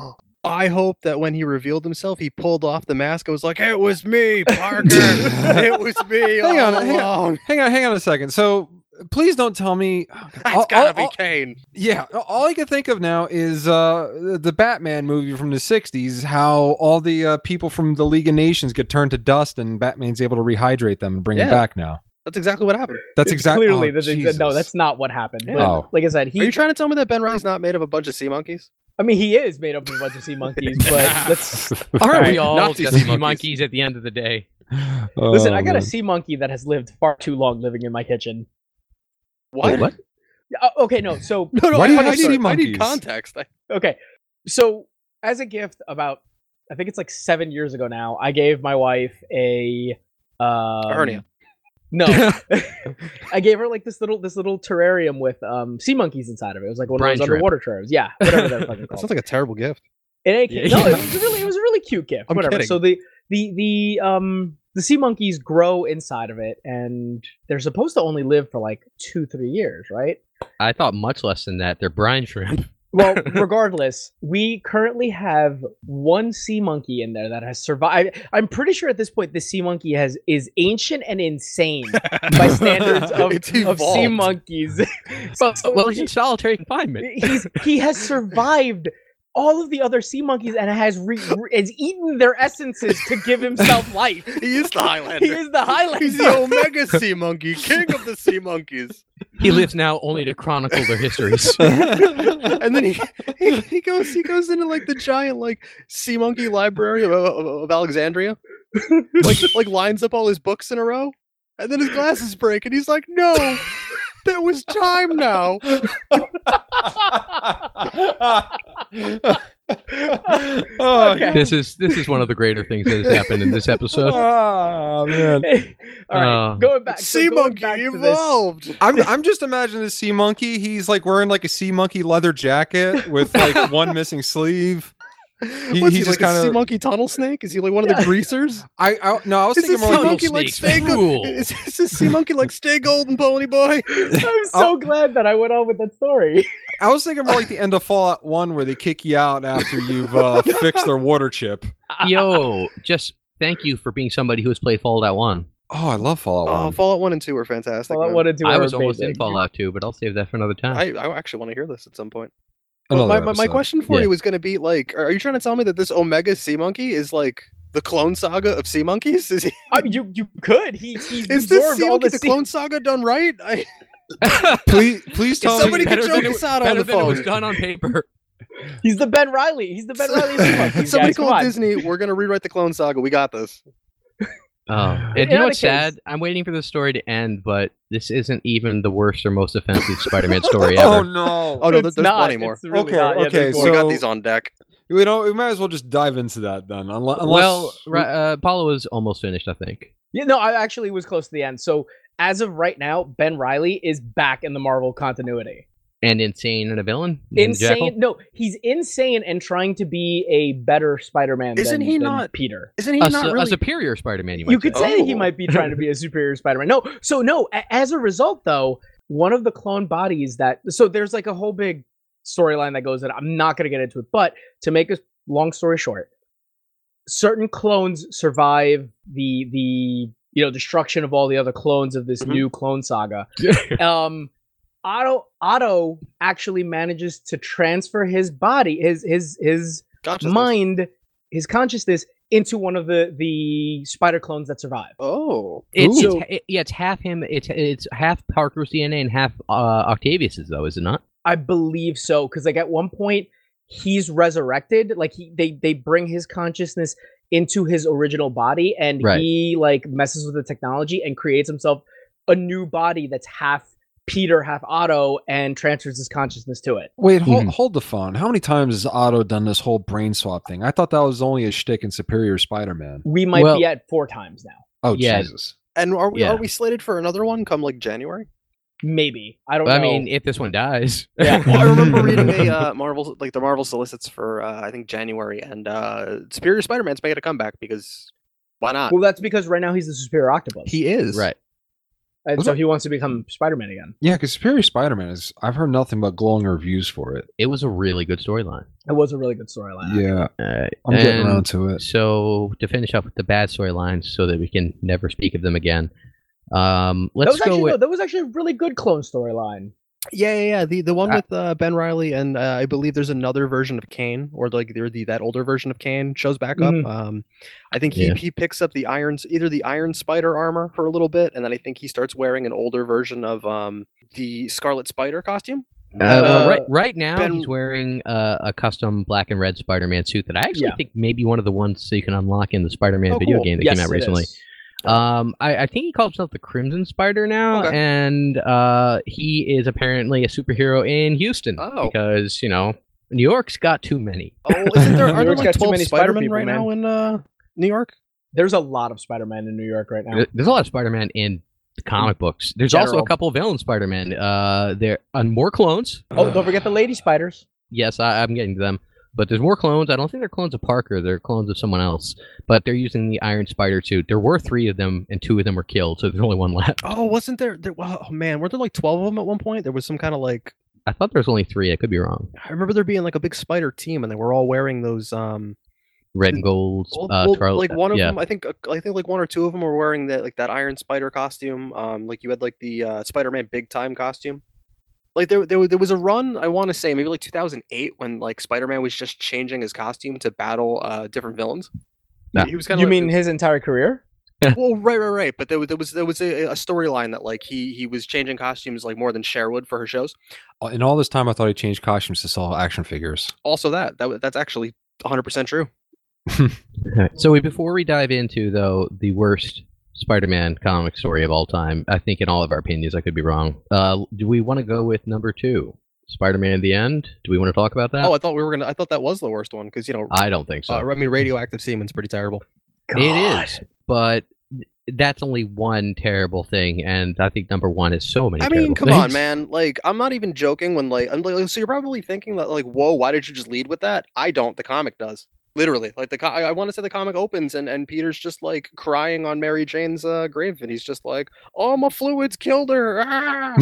I hope that when he revealed himself, he pulled off the mask and was like, "It was me, Parker. it was me
Hang on,
all
hang on.
<laughs> along.
hang on, hang on a second. So please don't tell me. oh, God. I'll-
It's gotta
I'll-
be
I'll-
Kane."
Yeah, a- all I can think of now is uh, the- the Batman movie from the '60s. How all the uh, people from the League of Nations get turned to dust, and Batman's able to rehydrate them and bring
Yeah.
them back. Now
That's exactly what happened.
that's exactly
clearly
oh,
that's exa- no.
Jesus.
That's not what happened. But
Yeah. Oh.
Like I said,
Are you
he.
trying to tell me that Ben Riley's not made of a bunch of sea monkeys?
I mean, he is made up of a bunch of
<laughs>
sea monkeys, but let's.
Aren't
Alright,
we all
Nazi
just
sea
sea
monkeys.
monkeys at the end of the day?
Listen,
Oh,
I got a
man.
sea monkey that has lived far too long living in my kitchen.
What?
what?
Uh, okay, no. So
No, no.
Why
I,
do you
I
have
need,
sea
I need
monkeys?
context. I,
okay so as a gift about i think it's like seven years ago now i gave my wife a um,
hernia.
no
<laughs>
i gave her like this little this little terrarium with um sea monkeys inside of it it was like one
Brine
of those
shrimp.
underwater terrariums yeah whatever
<laughs>
they're fucking
That
called.
sounds like a terrible gift.
It ain't cute.
Yeah.
no, it was a really it was a really cute gift.
<laughs> I'm
Whatever.
kidding.
So the the the um the sea monkeys grow inside of it and they're supposed to only live for like two, three years, right?
I thought much less than that. They're brine shrimp.
<laughs>
Well, regardless, we currently have one sea monkey in there that has survived. I'm pretty sure at this point this sea monkey has is ancient
<laughs>
and insane
<laughs>
by standards of,
It's
of sea
evolved. <laughs>
monkeys. <laughs>
Well,
So
<laughs> well, he's
he-
in solitary confinement.
he's he has survived all of the other sea monkeys and has re, re- has eaten their essences to give
<laughs>
himself life.
He is the
He
Highlander.
is the
He's
Highlander. <laughs>
the Omega Sea Monkey, king of the sea monkeys.
He lives now only to chronicle their
<laughs>
histories.
and then he, he he goes he goes into like the giant like sea monkey library of, of, of Alexandria, like like lines up all his books in a row, and then his glasses break, and he's like, "No, there was time now."
Oh,
Okay.
this is this is one of the greater things that has happened in this episode.
Ah, man.
all right,
Uh,
going <laughs> back. so
sea
going
monkey
back to this-
evolved.
I'm, I'm just imagining the
<laughs>
sea monkey. He's like wearing like a sea monkey leather jacket with like one missing sleeve. He-
What's
he
he,
just
like a sea
kinda-
monkey tunnel snake? Is he like one of the
Yeah.
greasers?
I, I no, I was
Is this
thinking more
how
like
monkey
Little
like
snakes.
stay go-
Cool.
Is, is this sea monkey like stay golden pony boy?
I'm so
Oh.
glad that I went on with that
<laughs>
story.
I was thinking more like the end of Fallout One where they kick you out after you've
<laughs>
uh, fixed their water chip.
Yo, just thank you for being somebody who has played Fallout One.
Oh, I love Fallout One.
Oh, Fallout One and Two are fantastic.
Well, I
man.
wanted to.
I
are
was almost in
amazing.
Fallout Two, but I'll save that for another time.
I, I actually want to hear this at some point. But
Another
my, my, my
episode.
question for
Yeah.
you was going to be like, are are you trying to tell me that this Omega Sea Monkey is like the clone saga of sea monkeys? Is, he,
I, you you could. He he
is this
absorbed
sea
all
monkey
the
the
sea-
clone saga done right? I,
<laughs>
Please, please
if
tell
<laughs> somebody
me.
could
better
joke
than it-
us out on
Better
the
than it was
phone.
done on paper.
He's the Ben Riley. He's the Ben Riley. of
<laughs>
sea monkeys,
somebody
guys. Come
called
on.
Disney. We're going to rewrite the clone saga. We got this.
Oh, and
In
you know
other
what's
case-
sad? I'm waiting for the story to end, but this isn't even the worst or most offensive Spider-Man story ever.
Oh no!
Oh no, there-
It's
there's
not,
plenty more.
it's really
Okay,
not. Yeah,
okay,
there's more.
we got
so-
these on deck.
We don't. We might as well just dive into that then. Unless, unless
well, ri- uh, Paula was almost finished, I think.
Yeah, no, I actually was close to the end. So as of right now, Ben Riley is back in the Marvel continuity.
And insane and a villain. and
Insane.
Jackal?
No, he's insane and trying to be a better Spider-Man.
Isn't
than-
he
than
not-
Peter?
Isn't he
A,
not
su- a
really?
superior Spider-Man. You, might
You could say he
Oh.
might be trying to be a superior Spider-Man. No, so no. a- As a result, though, one of the clone bodies that so there's like a whole big storyline that goes in. I'm not gonna get into it, but to make a long story short, certain clones survive the the you know destruction of all the other clones of this
Mhm.
new clone saga. um, Otto Otto actually manages to transfer his body, his his his
Consciousness.
mind, his consciousness into one of the the spider clones that survive.
Oh,
It's,
Ooh.
it's ha- it- yeah, it's half him. It's it's half Parker's DNA and half uh, Octavius's, though, is it not?
I believe so because like at one point he's resurrected. Like he they they bring his consciousness into his original body, and
Right.
he like messes with the technology and creates himself a new body that's half Peter, half Otto, and transfers his consciousness to it.
wait, hold,
Mhm.
hold the phone. How many times has Otto done this whole brain swap thing? I thought that was only a shtick in Superior Spider-Man.
We might
Well-
be at four times now,
Oh
Yeah.
Jesus!
and are we
Yeah.
are we slated for another one come like January?
maybe. I don't.
Well, I
know.
mean, if this one dies.
<laughs>
Oh, Yeah.
Well, I
<laughs>
remember reading a uh, Marvel, like the Marvel solicits for uh, I think January, and uh, Superior Spider-Man's making a comeback because why not?
well, that's because right now he's the Superior Octopus,
He is
right.
and
was
so
it-
he wants to become Spider-Man again.
Yeah, because Superior Spider-Man is. I've heard nothing but glowing reviews for it.
It was a really good storyline.
It was a really good storyline.
Yeah,
Uh,
I'm getting
and-
around to it.
So to finish up with the bad storylines, so that we can never speak of them again. Um,
That
let's
was
go
actually no,
with
that was actually a really good clone storyline.
Yeah, yeah, yeah. The the one
Ah.
I-
with uh, Ben Riley and uh, I believe there's another version of Kane, or like they the that older version of Kane shows back up.
Mhm.
Um, I think he
Yeah.
he picks up the irons, either the Iron Spider armor for a little bit, and then I think he starts wearing an older version of um the Scarlet Spider costume.
<laughs>
uh, well,
uh,
right right now.
Ben-
he's wearing uh, a custom black and red Spider-Man suit that I actually
Yeah.
think may be one of the ones that you can unlock in the Spider-Man
Oh,
video
cool.
game that
yes,
came out
it
recently.
is.
Um, I, I think he calls himself the Crimson Spider now,
Okay.
and uh, he is apparently a superhero in Houston
Oh.
because you know New York's got too many.
Oh, isn't there?
New
Are there
York's
like
got too
twelve
many Spider
Spider-Man
people,
right
man.
now in uh, New York?
There's a lot of Spider-Man in New York right now.
There- There's a lot of Spider-Man in the comic books. There's also
general.
a couple villain Spider-Man. Uh, there on more clones.
Oh, don't forget the lady spiders.
Yes, I, I'm getting to them. But there's more clones. I don't think they're clones of Parker. They're clones of someone else. But they're using the Iron Spider suit. There were three of them, and two of them were killed. So there's only one left.
Oh, wasn't there? there oh man, were there like twelve of them at one point? There was some kind of like
I thought there was only three. I could be wrong.
I remember there being like a big spider team, and they were all wearing those. Um,
Red and gold.
well,
uh,
well,
Scarlet-
like one of
yeah.
them, I think, uh, I think like one or two of them were wearing that like that Iron Spider costume. Um, like you had like the uh, Spider-Man Big Time costume. Like there, there, there was a run I want to say maybe like 2008 when like Spider-Man was just changing his costume to battle uh, different villains.
Nah.
He was kind of
you mean his entire career?
<laughs> well, right, right, right. But there, was- there was there was a, a storyline that like he he was changing costumes like more than Cher would for her shows.
Uh, In all this time, I thought he changed costumes to sell
<laughs>
action figures.
Also, that that w- that's actually 100 percent true.
Alright, So we, before we dive into though the worst Spider-Man comic story of all time, I think in all of our opinions, I could be wrong. Uh, do we want to go with number two, Spider-Man: The End? Do we want to talk about that?
Oh, I thought we were gonna. I thought that was the worst one because you know.
I don't think so.
uh, I mean, radioactive semen's pretty terrible.
It is, but that's only one terrible thing, and I think number one is so many.
I mean,
terrible
come on,
things.
man. Like, I'm not even joking when like I'm like so you're probably thinking that like, whoa, why did you just lead with that? I don't. The comic does. Literally. Like the co- I, I want to say the comic opens and, and Peter's just like crying on Mary Jane's uh, grave and he's just like, Oh my fluids killed her. Ah!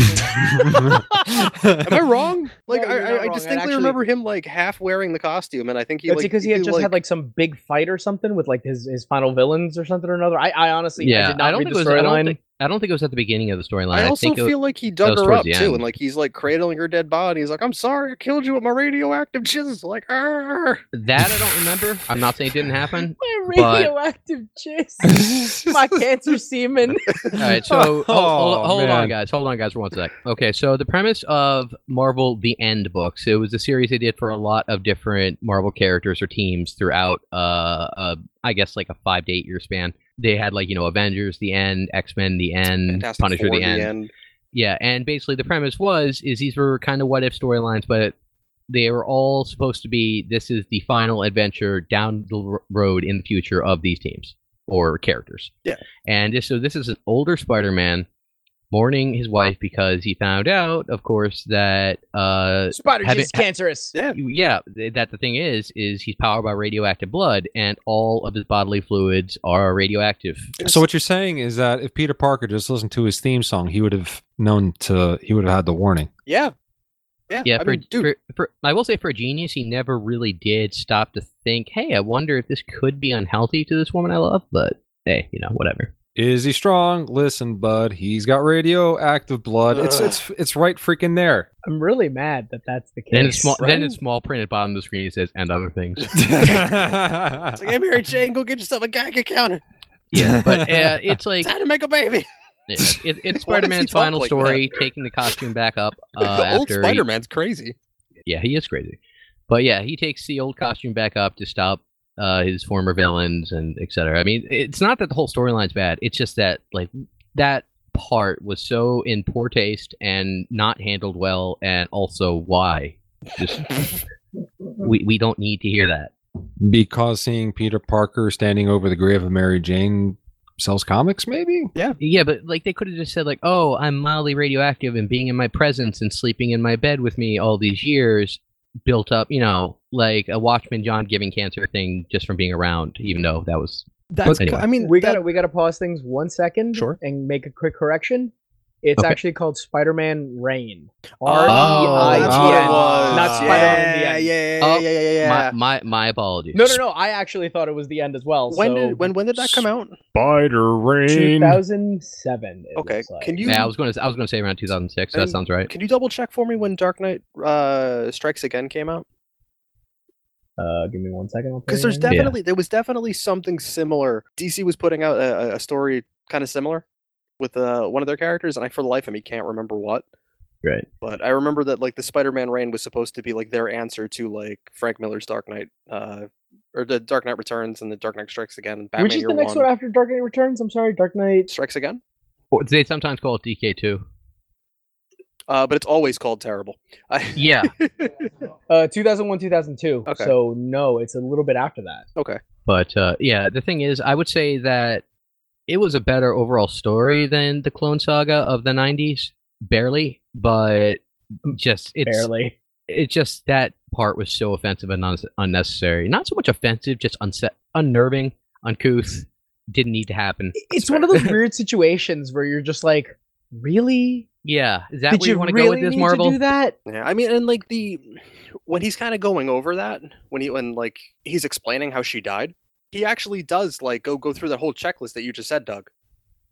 <laughs>
Am I
<laughs>
wrong? Like
No,
I,
you're not
I, I
wrong. It
distinctly
actually-
remember him like half wearing the costume and I think he
That's
like
because he had
he,
just had like some big fight or something with like his, his final villains or something or another. I, I honestly I
Yeah,
did not
don't think
read
it
the
was. I don't,
storyline.
think, I don't think it was at the beginning of the storyline.
I also
think it,
feel like he dug
was
her
towards
up
the
too,
end.
and like he's like cradling her dead body. He's like, "I'm sorry, I killed you with my radioactive jizz." Like, Arr.
that I don't remember. I'm not saying it didn't happen.
<laughs> My
but-
radioactive
<laughs>
jizz, my cancer semen.
All
<laughs>
right,
<laughs>
so hold, hold,
Oh,
hold on,
man.
guys. Hold on, guys, for one sec. Okay, so the premise of Marvel The End books, it was a series they did for a lot of different Marvel characters or teams throughout, uh, uh I guess, like a five to eight year span. They had, like, you know, Avengers The End, X Men The End,
Fantastic
Punisher
Four
the
in
end. Yeah, and basically the premise was is these were kind of what if storylines, but they were all supposed to be this is the final adventure down the r- road in the future of these teams or characters.
Yeah.
And this, so this is an older Spider-Man mourning his wife because he found out, of course, that uh
Spider
Have
jizz
it-
is cancerous.
Yeah.
yeah, th- that the thing is is he's powered by radioactive blood and all of his bodily fluids are radioactive.
So what you're saying is that if Peter Parker just listened to his theme song, he would have known to he would have had the warning.
Yeah, yeah,
yeah,
I
for,
mean, dude,
for, for- I will say for a genius, he never really did stop to think, hey, I wonder if this could be unhealthy to this woman I love, but hey, you know, whatever.
Is he strong? Listen, bud, he's got radioactive blood. It's
Ugh.
it's it's right freaking there. <laughs>
I'm really mad that that's the case.
Then it's small then
right?
it's small print at bottom of the screen it says and other
<laughs>
things.
<laughs> it's like, "Hey,
<laughs>
Mary Jane, go get yourself a Geiger counter.
Yeah.
<laughs>
But uh, it's like
It's how to make a baby."
yeah, it, it's
Why does
Spider
he
Man's
talk
final
like that?
story, taking the costume back up <laughs>
<laughs>
uh
the old
after he-
Spider Man's crazy.
yeah, he is crazy. But yeah, he takes the old costume back up to stop uh, his former villains and et cetera. I mean, it's not that the whole storyline's bad. It's just that like that part was so in poor taste and not handled well, and also why? Just we we don't need to hear that.
Because seeing Peter Parker standing over the grave of Mary Jane sells comics, maybe?
Yeah, but like they could have just said like, "Oh, I'm mildly radioactive, and being in my presence and sleeping in my bed with me all these years built up, you know, like a Watchman John giving cancer thing just from being around, even though that was
That's,
anyway.
I mean,
we
that-
gotta we gotta pause things one second
Sure.
and make a quick correction. It's
Okay.
actually called Spider-Man Rain.
Oh,
R E I
that's
G
what
N,
it was.
not Spider-Man. in the
Yeah,
end.
yeah,
Oh,
yeah, yeah, yeah, yeah.
my, my my apologies.
No, no, no. I actually thought it was the end as well.
when
so
did when when did that come out?
Spider
2007. it
Okay,
looks like.
can you-
Yeah, I was going to I was going to say around 2006. So that
And-
sounds right.
Can you double check for me when Dark Knight uh, Strikes Again came out?
Uh, give me one second. I'll
because
put
there's
it in.
Yeah.
definitely there was definitely something similar. DC was putting out a, a- a story kind of similar with uh, one of their characters, and I for the life of me can't remember what.
Right.
But I remember that like the Spider-Man Reign was supposed to be like their answer to like Frank Miller's Dark Knight, uh, or the Dark Knight Returns and the Dark Knight Strikes Again. And Batman
Which is
Year
the next
one.
one after Dark Knight Returns? I'm sorry, Dark Knight.
Strikes Again.
Or They sometimes call it DK2.
Uh, but it's always called terrible. <laughs> I,
Yeah.
Uh, 2001, 2002.
Okay.
So no, it's a little bit after that.
<laughs> But uh, yeah, the thing is, I would say that it was a better overall story than the Clone Saga of the 90s, barely, but just it's <laughs>
Barely.
it just that part was so offensive and un- unnecessary. Not so much offensive, just unse- unnerving, uncouth. Didn't need to happen.
It's one of those weird situations where you're just like, really?
Yeah, is that
Did
where you,
you
want to
really
go with this
need
Marvel?
to do that?
Yeah, I mean, and like the when he's kind of going over that when he when like he's explaining how she died, he actually does like go go through that whole checklist that you just said, Doug.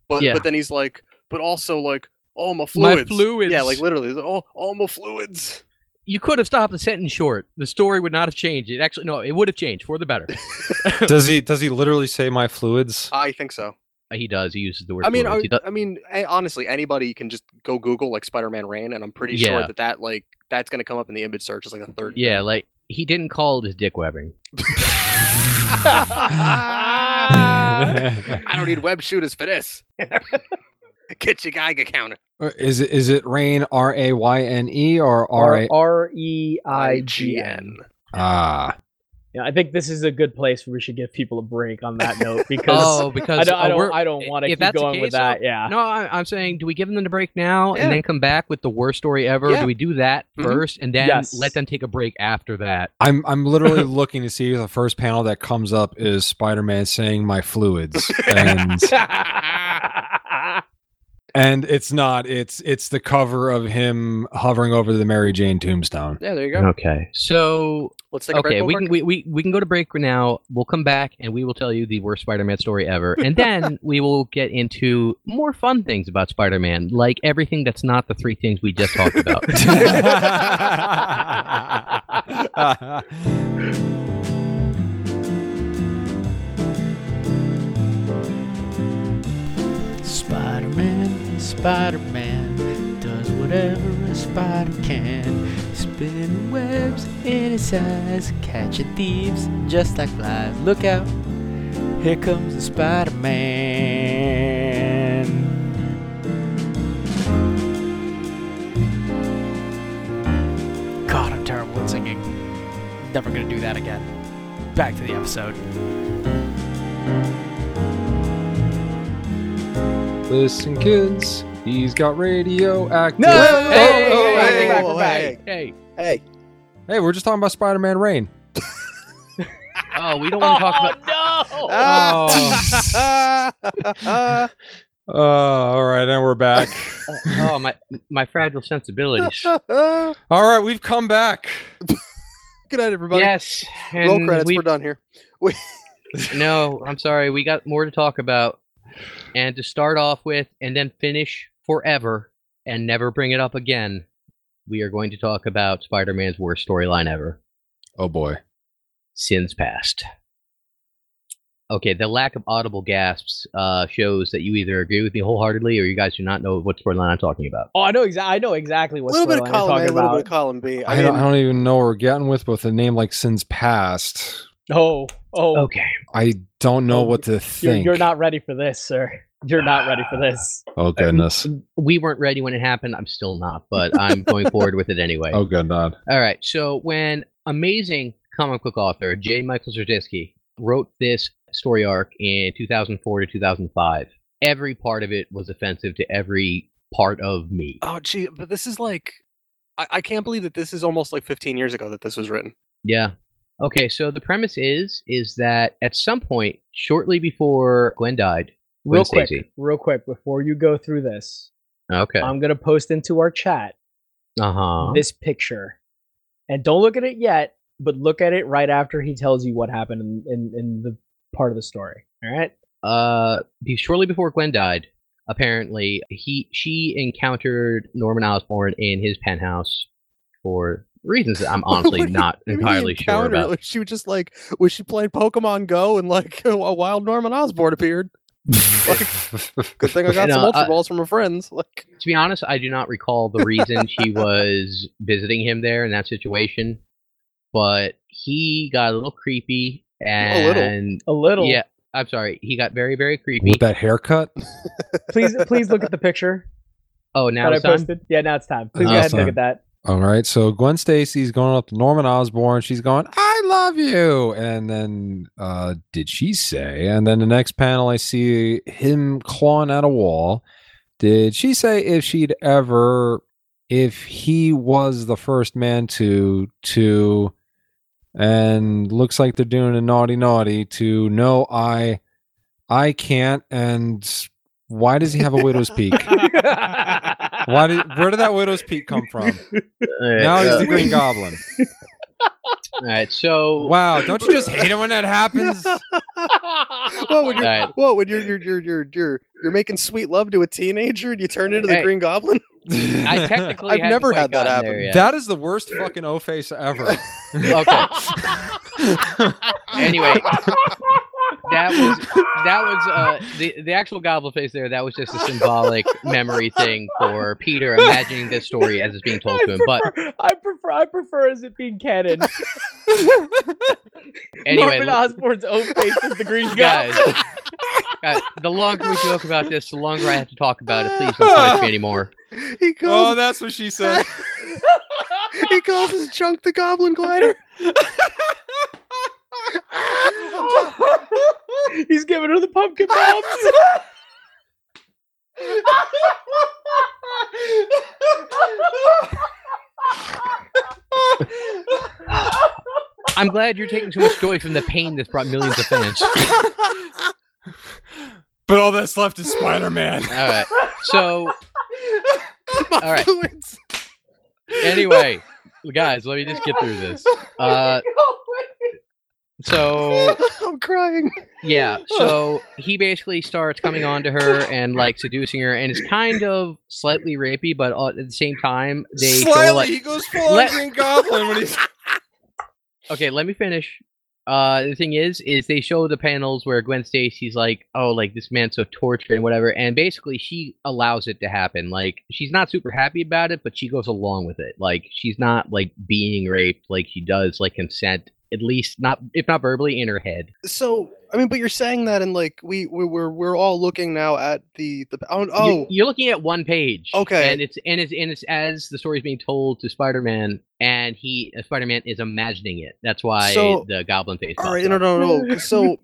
But
Yeah.
but then he's like, but also like, oh my fluids,
fluids.
yeah, like literally, he's like, oh all my fluids.
you could have stopped the sentence short. The story would not have changed. It actually no, it would have changed for the
<laughs>
better.
Does he does he literally say my fluids?
I think so.
he does. He uses the word.
I mean,
fluids.
I,
He does-
I mean, a- honestly, anybody can just go Google like Spider-Man rain, and I'm pretty
Yeah.
sure that that like that's gonna come up in the image search as like a third.
yeah, like he didn't call it his dick
<laughs>
webbing.
Uh, <laughs>
<laughs>
<laughs>
I
<laughs>
don't need web shooters for this. Get your Geiger counter.
Or Uh, is it is it rain R A Y N E or R A
R E I G N.
ah?
Yeah, I think this is a good place where we should give people a break on
<laughs>
that note because
Oh, because
I don't, I
uh,
don't,
we're-
I don't want to
if
keep
that's the
going with
case, I'll-
that. Yeah.
No, I, I'm saying, do we give them the break now
Yeah.
and then come back with the worst story ever?
Yeah.
Do we do that
Mhm.
first and then
Mm-hmm. Yes.
let them take a break after that?
I'm I'm literally <laughs> looking to see the first panel that comes up is Spider-Man saying my <laughs> fluids, and
<laughs>
and it's not. It's it's the cover of him hovering over the Mary Jane <laughs> tombstone.
Yeah, there you go.
Okay. So
Let's take a break.
okay,
real
we
quick.
can we, we we can go to break now. We'll come back and we will tell you the worst Spider-Man story ever, and then we will get into more fun things about Spider-Man, like everything that's not the three things we just talked about.
Spider Man, Spider Man, does whatever a spider can. Spinning webs in its eyes, catching thieves just like flies. Look out, here comes the Spider Man. God, I'm terrible at singing. Never gonna do that again. Back to the episode.
Listen, kids, he's got radioactive.
No!
Oh,
Hey,
oh,
hey,
hey.
hey, back, we're
hey,
hey,
hey.
Hey, we're just talking about Spider-Man Rain.
oh, we don't want to talk about.
Oh, no!
Ah.
Uh, all right, now we're
<laughs>
back.
Oh my, my fragile sensibilities.
Oh.
all right, we've come back.
Good night, <laughs> everybody.
yes,
Roll
and
credits.
we-
We're done here.
no, I'm sorry. We got more to talk about. And to start off with, and then finish forever and never bring it up again, we are going to talk about Spider Man's worst storyline ever
Oh boy.
Sins Past. Okay, the lack of audible gasps uh, shows that you either agree with me wholeheartedly or you guys do not know what storyline I'm talking about.
Oh, I know exactly. I know exactly
A
what
little bit of
storyline you're
column A,
talking
a little
about.
bit of column B.
I,
I
don't, I
mean,
don't even know what we're getting with with a name like Sin's Past.
Oh, oh,
Okay.
I don't know
Oh,
what to
you're,
think.
you're not ready for this, sir. You're not ready
<sighs>
for this.
Oh
<laughs>
goodness.
We weren't ready when it happened. I'm still not, but I'm going forward with it anyway.
Oh good <laughs> god.
All right. So when amazing comic book author J. Michael Straczynski wrote this story arc in 2004 to 2005, every part of it was offensive to every part of me.
oh, gee, but this is like, I, I can't believe that this is almost like 15 years ago that this was written.
Yeah. Okay, so the premise is is that at some point shortly before Gwen died, Gwen
Real quick,
Stacy.
real quick, before you go through this,
Okay.
I'm gonna post into our chat
uh-huh.
Um, this picture, and don't look at it yet, but look at it right after he tells you what happened in in, in the part of the story. All right.
uh be- shortly before Gwen died, apparently he she encountered Norman Osborn in his penthouse for reasons that I'm honestly
What do you-
not
I mean,
entirely sure
encounter,
about.
like, she was just like, was she playing Pokemon Go and like <laughs> a wild Norman Osborn appeared? Good thing I got
No,
some Ultra
uh, I-
Balls from her friends. <laughs>
<laughs>
Like,
to be honest, I do not recall the reason
<laughs>
she was visiting him there in that situation, but he got a little creepy and
little.
A little.
yeah, I'm sorry, he got very very creepy.
With that haircut?
<laughs> Please, please look at the picture
Oh, <laughs> now
that I
it's on?
posted. Yeah, now it's time. Please
Now
go ahead
it's
and look
time.
at that.
All right. So Gwen Stacy's going up to Norman Osborn. She's going, I love you. And then uh did she say? And then the next panel I see him clawing at a wall. Did she say if she'd ever if he was the first man to to and looks like they're doing a naughty naughty to no I I can't and why does he have a widow's peak?
<laughs>
Why did where did that widow's peak come from? Now he's the Green Goblin.
all right, so
Wow, don't you just hate it when that happens?
what when you're,
<laughs>
Right.
what when you're you're you're you're you're you're making sweet love to a teenager and you turn into the
Hey.
Green Goblin? <laughs>
I
<laughs>
technically
I've
hadn't
never
quite
had that
gotten there
happen.
yet.
That <laughs> is the worst fucking O face ever.
okay. anyway, that was that was uh, the the actual goblin face there. That was just a symbolic memory thing for Peter imagining this story as it's being
<laughs>
told to him. But
I prefer I prefer as it being canon.
<laughs> anyway,
Norman Osborn's own face is the green
<laughs> guys,
guy.
guys, the longer we joke about this, the longer I have to talk about it. Please don't punish me anymore.
He
<laughs> oh,
calls
that's what she
<laughs>
said.
<laughs>
he calls his chunk the Goblin Glider.
He's giving her the pumpkin bombs.
I'm glad you're taking so much joy from the pain that's brought millions of fans. All
But all that's left is Spider Man.
right. So right. anyway, guys, let me just get through this. Uh, so
<laughs> I'm crying.
yeah, so he basically starts coming on to her and like seducing her, and it's kind of slightly rapey, but all, at the same time they go,
Slyly,
like-
he goes full on
Let-
Green Goblin when he's.
okay, let me finish. Uh, the thing is, is they show the panels where Gwen Stacy's like, "Oh, like this man's so tortured and whatever," and basically she allows it to happen. Like she's not super happy about it, but she goes along with it. Like she's not like being raped. Like she does like consent, at least not if not verbally in her head.
So I mean, but you're saying that, and like we we we're we're all looking now at the the oh,
You-
oh
you're looking at one page.
Okay.
and it's and it's and it's as the story's being told to Spider-Man, and he uh, Spider-Man is imagining it. That's why
So-
the Goblin face.
all
pops
right, no,
up.
no, no.
<laughs>
no, 'cause So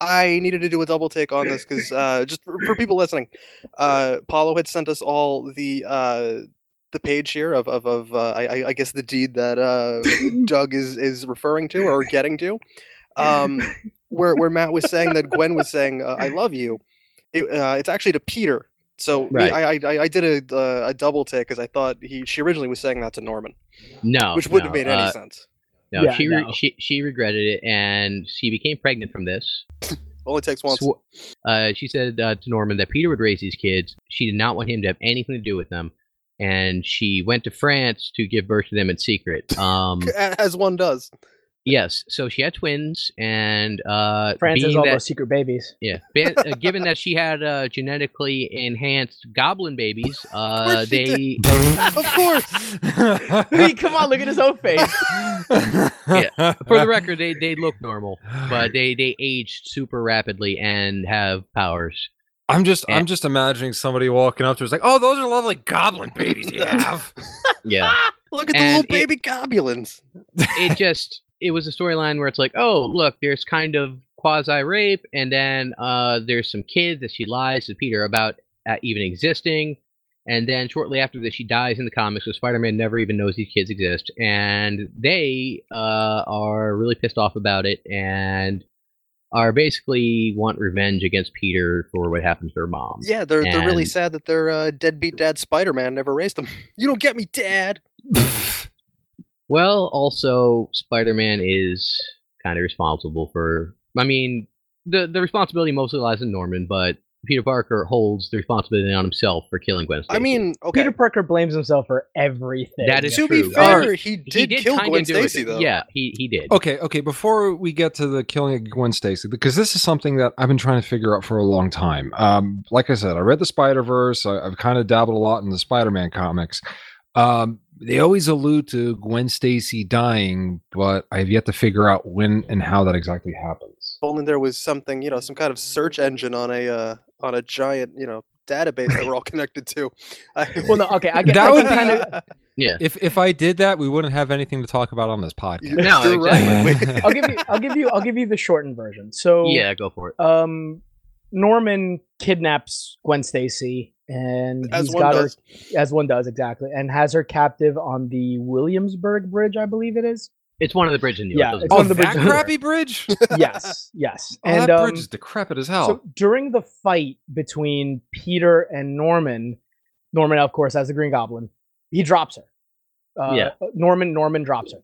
I needed to do a double take on this because uh, just for, for people listening, uh, Paulo had sent us all the uh, the page here of of, of uh, I, I- I guess the deed that
<laughs>
uh, Doug is is referring to or getting to,
<laughs>
um, where where Matt was saying that Gwen was saying uh, I love you. It, uh, it's actually to Peter. So me-
Right.
I, I I- I did a uh, a double take because I thought he she originally was saying that to Norman,
no,
which wouldn't
no,
have made any
uh,
sense.
No,
Yeah,
she, re-
no.
she she regretted it, and she became pregnant from this.
Only takes once.
Sw- uh, she said uh, to Norman that Peter would raise these kids. She did not want him to have anything to do with them, and she went to France to give birth to them
<laughs>
in secret. Um,
A- <laughs> As one does.
yes, so she had twins, and uh,
France has
being
all
that-
those secret babies.
<laughs>
<laughs>
yeah, ba- uh, given that she had uh, genetically enhanced
<laughs>
goblin babies, uh,
she did.
they
Of course.
<laughs> come on, look at his own face.
for the
<sighs>
record they they look normal, but they they aged super rapidly and have powers.
I'm just
Eh.
I'm just imagining somebody walking up to us like, oh, those are lovely goblin babies you have.
Yeah.
Ah, Look at the
And
little
it-
baby goblins.
it just it was a storyline where it's like, oh look, there's kind of quasi rape, and then uh, there's some kid that she lies to Peter about uh, even existing, and then shortly after that she dies in the comics, so Spider-Man never even knows these kids exist, and they uh, are really pissed off about it and are basically want revenge against Peter for what happened to her mom.
Yeah, they're they're really
And-
sad that their uh, deadbeat dad Spider Man never raised them. <laughs> You don't get me, Dad.
Well, also Spider-Man is kind of responsible for. I mean, the the responsibility mostly lies in Norman, but Peter Parker holds the responsibility on himself for killing Gwen. Stacy.
I mean, okay.
Peter Parker blames himself for everything.
That is
to be
true.
fair,
Alright.
he
He
did, kill
kinda
Gwen
do it.
Stacy though.
Yeah, he he did.
okay, okay. Before we get to the killing of Gwen Stacy, because this is something that I've been trying to figure out for a long time. Um, like I said, I read the Spider Verse. I've kind of dabbled a lot in the Spider Man comics. Um, they always allude to Gwen Stacy dying, but I've yet to figure out when and how that exactly happens.
If only there was something, you know, some kind of search engine on a uh, on a giant, you know, database that we're all connected to. <laughs> I-
Well, no, okay, <laughs> I get
That
I
would
can
be-
kinda-
If if I did that, we wouldn't have anything to talk about on this <laughs> podcast.
<laughs>
No,
You're
exactly.
right.
I'll Oh, give you. I'll give you. I'll give you the shortened version. So
Yeah, go for it.
um, Norman kidnaps Gwen Stacy, and
<laughs>
he's
As one
got
does.
her as one does exactly, and has her captive on the Williamsburg Bridge, I believe it is.
It's one of the bridges in New York.
Yeah,
doesn't
it's
it?
Oh,
one of the
that
bridges.
crappy
<laughs>
bridge!
yes, yes,
Oh,
and
that
um,
bridge is decrepit as hell.
so during the fight between Peter and Norman, Norman of course has the Green Goblin. He drops her. Uh,
Yeah.
Norman. Norman drops her.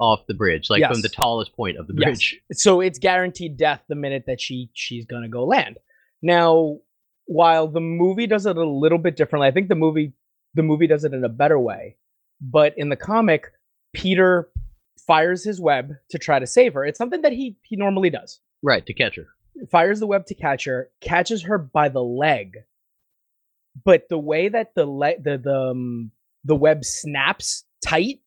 off the bridge, like from the
Yes.
tallest point of the
Yes.
bridge.
so it's guaranteed death the minute that she she's gonna go land. Now, while the movie does it a little bit differently, I think the movie the movie does it in a better way. But in the comic, Peter fires his web to try to save her. It's something that he he normally does.
Right to catch her.
Fires the web to catch her, catches her by the leg. But the way that the le- the the um, the web snaps tight,